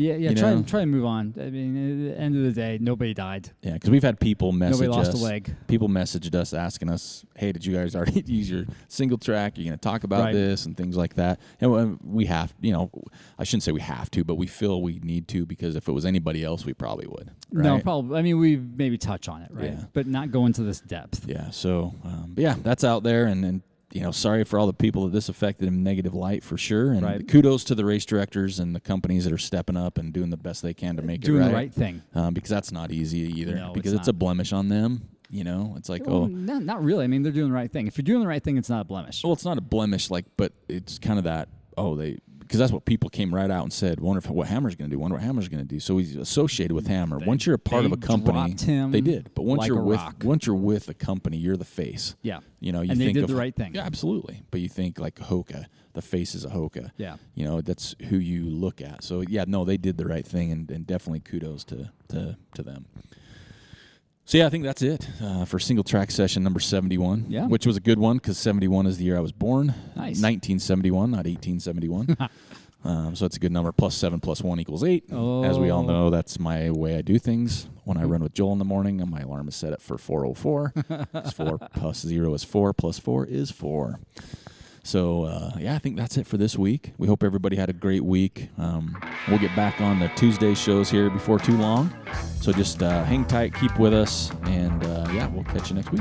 S2: Yeah, yeah.
S1: you
S2: Try
S1: know?
S2: and try and move on. I mean, at the end of the day, nobody died.
S1: Yeah, because we've had people message
S2: Nobody lost a
S1: us.
S2: leg.
S1: People messaged us asking us, "Hey, did you guys already use your single track? Are you going to talk about
S2: Right.
S1: this and things like that?" And we- we have, you know, I shouldn't say we have to, but we feel we need to because if it was anybody else, we probably would. Right?
S2: No, probably. I mean, we maybe touch on it, right?
S1: Yeah.
S2: But not go into this depth.
S1: Yeah. So, um, but yeah, that's out there, and and you know, sorry for all the people that this affected in negative light for sure. And
S2: Right.
S1: kudos to the race directors and the companies that are stepping up and doing the best they can to make
S2: Doing
S1: it right,
S2: the right thing.
S1: Um, because that's not easy either.
S2: No, it's
S1: because it's, a
S2: not.
S1: blemish on them. You know, it's like
S2: Well,
S1: oh,
S2: not, not really. I mean, they're doing the right thing. If you're doing the right thing, it's not a blemish.
S1: well, it's not a blemish, like, but it's kind of that oh they. Because that's what people came right out and said. Wonder if, what Hammer's going to do. Wonder what Hammer's going to do. So he's associated with Hammer. once you're a part of
S2: they
S1: a company,
S2: dropped him
S1: they did. But once
S2: like
S1: you're
S2: a
S1: with
S2: rock.
S1: once you're with a company, you're the face.
S2: Yeah.
S1: You know, you
S2: And they
S1: think
S2: did
S1: of,
S2: the right thing.
S1: Yeah, absolutely. But you think like Hoka, the face is a Hoka.
S2: Yeah.
S1: You know, that's who you look at. So yeah, no, they did the right thing, and, and definitely kudos to to to them. So yeah, I think that's it uh, for single track session number seventy-one.
S2: Yeah.
S1: which was a good one because seventy-one is the year I was born.
S2: Nice.
S1: nineteen seventy-one, not eighteen seventy-one. um, so it's a good number. Plus seven plus one equals eight. As we all
S2: Oh.
S1: know, that's my way I do things. When I run with Joel in the morning, and my alarm is set up for four oh four. Four plus zero is four. Plus four is four. So uh, yeah, I think that's it for this week. We hope everybody had a great week. Um, we'll get back on the Tuesday shows here before too long. So just uh, hang tight, keep with us, and uh, yeah, we'll catch you next week.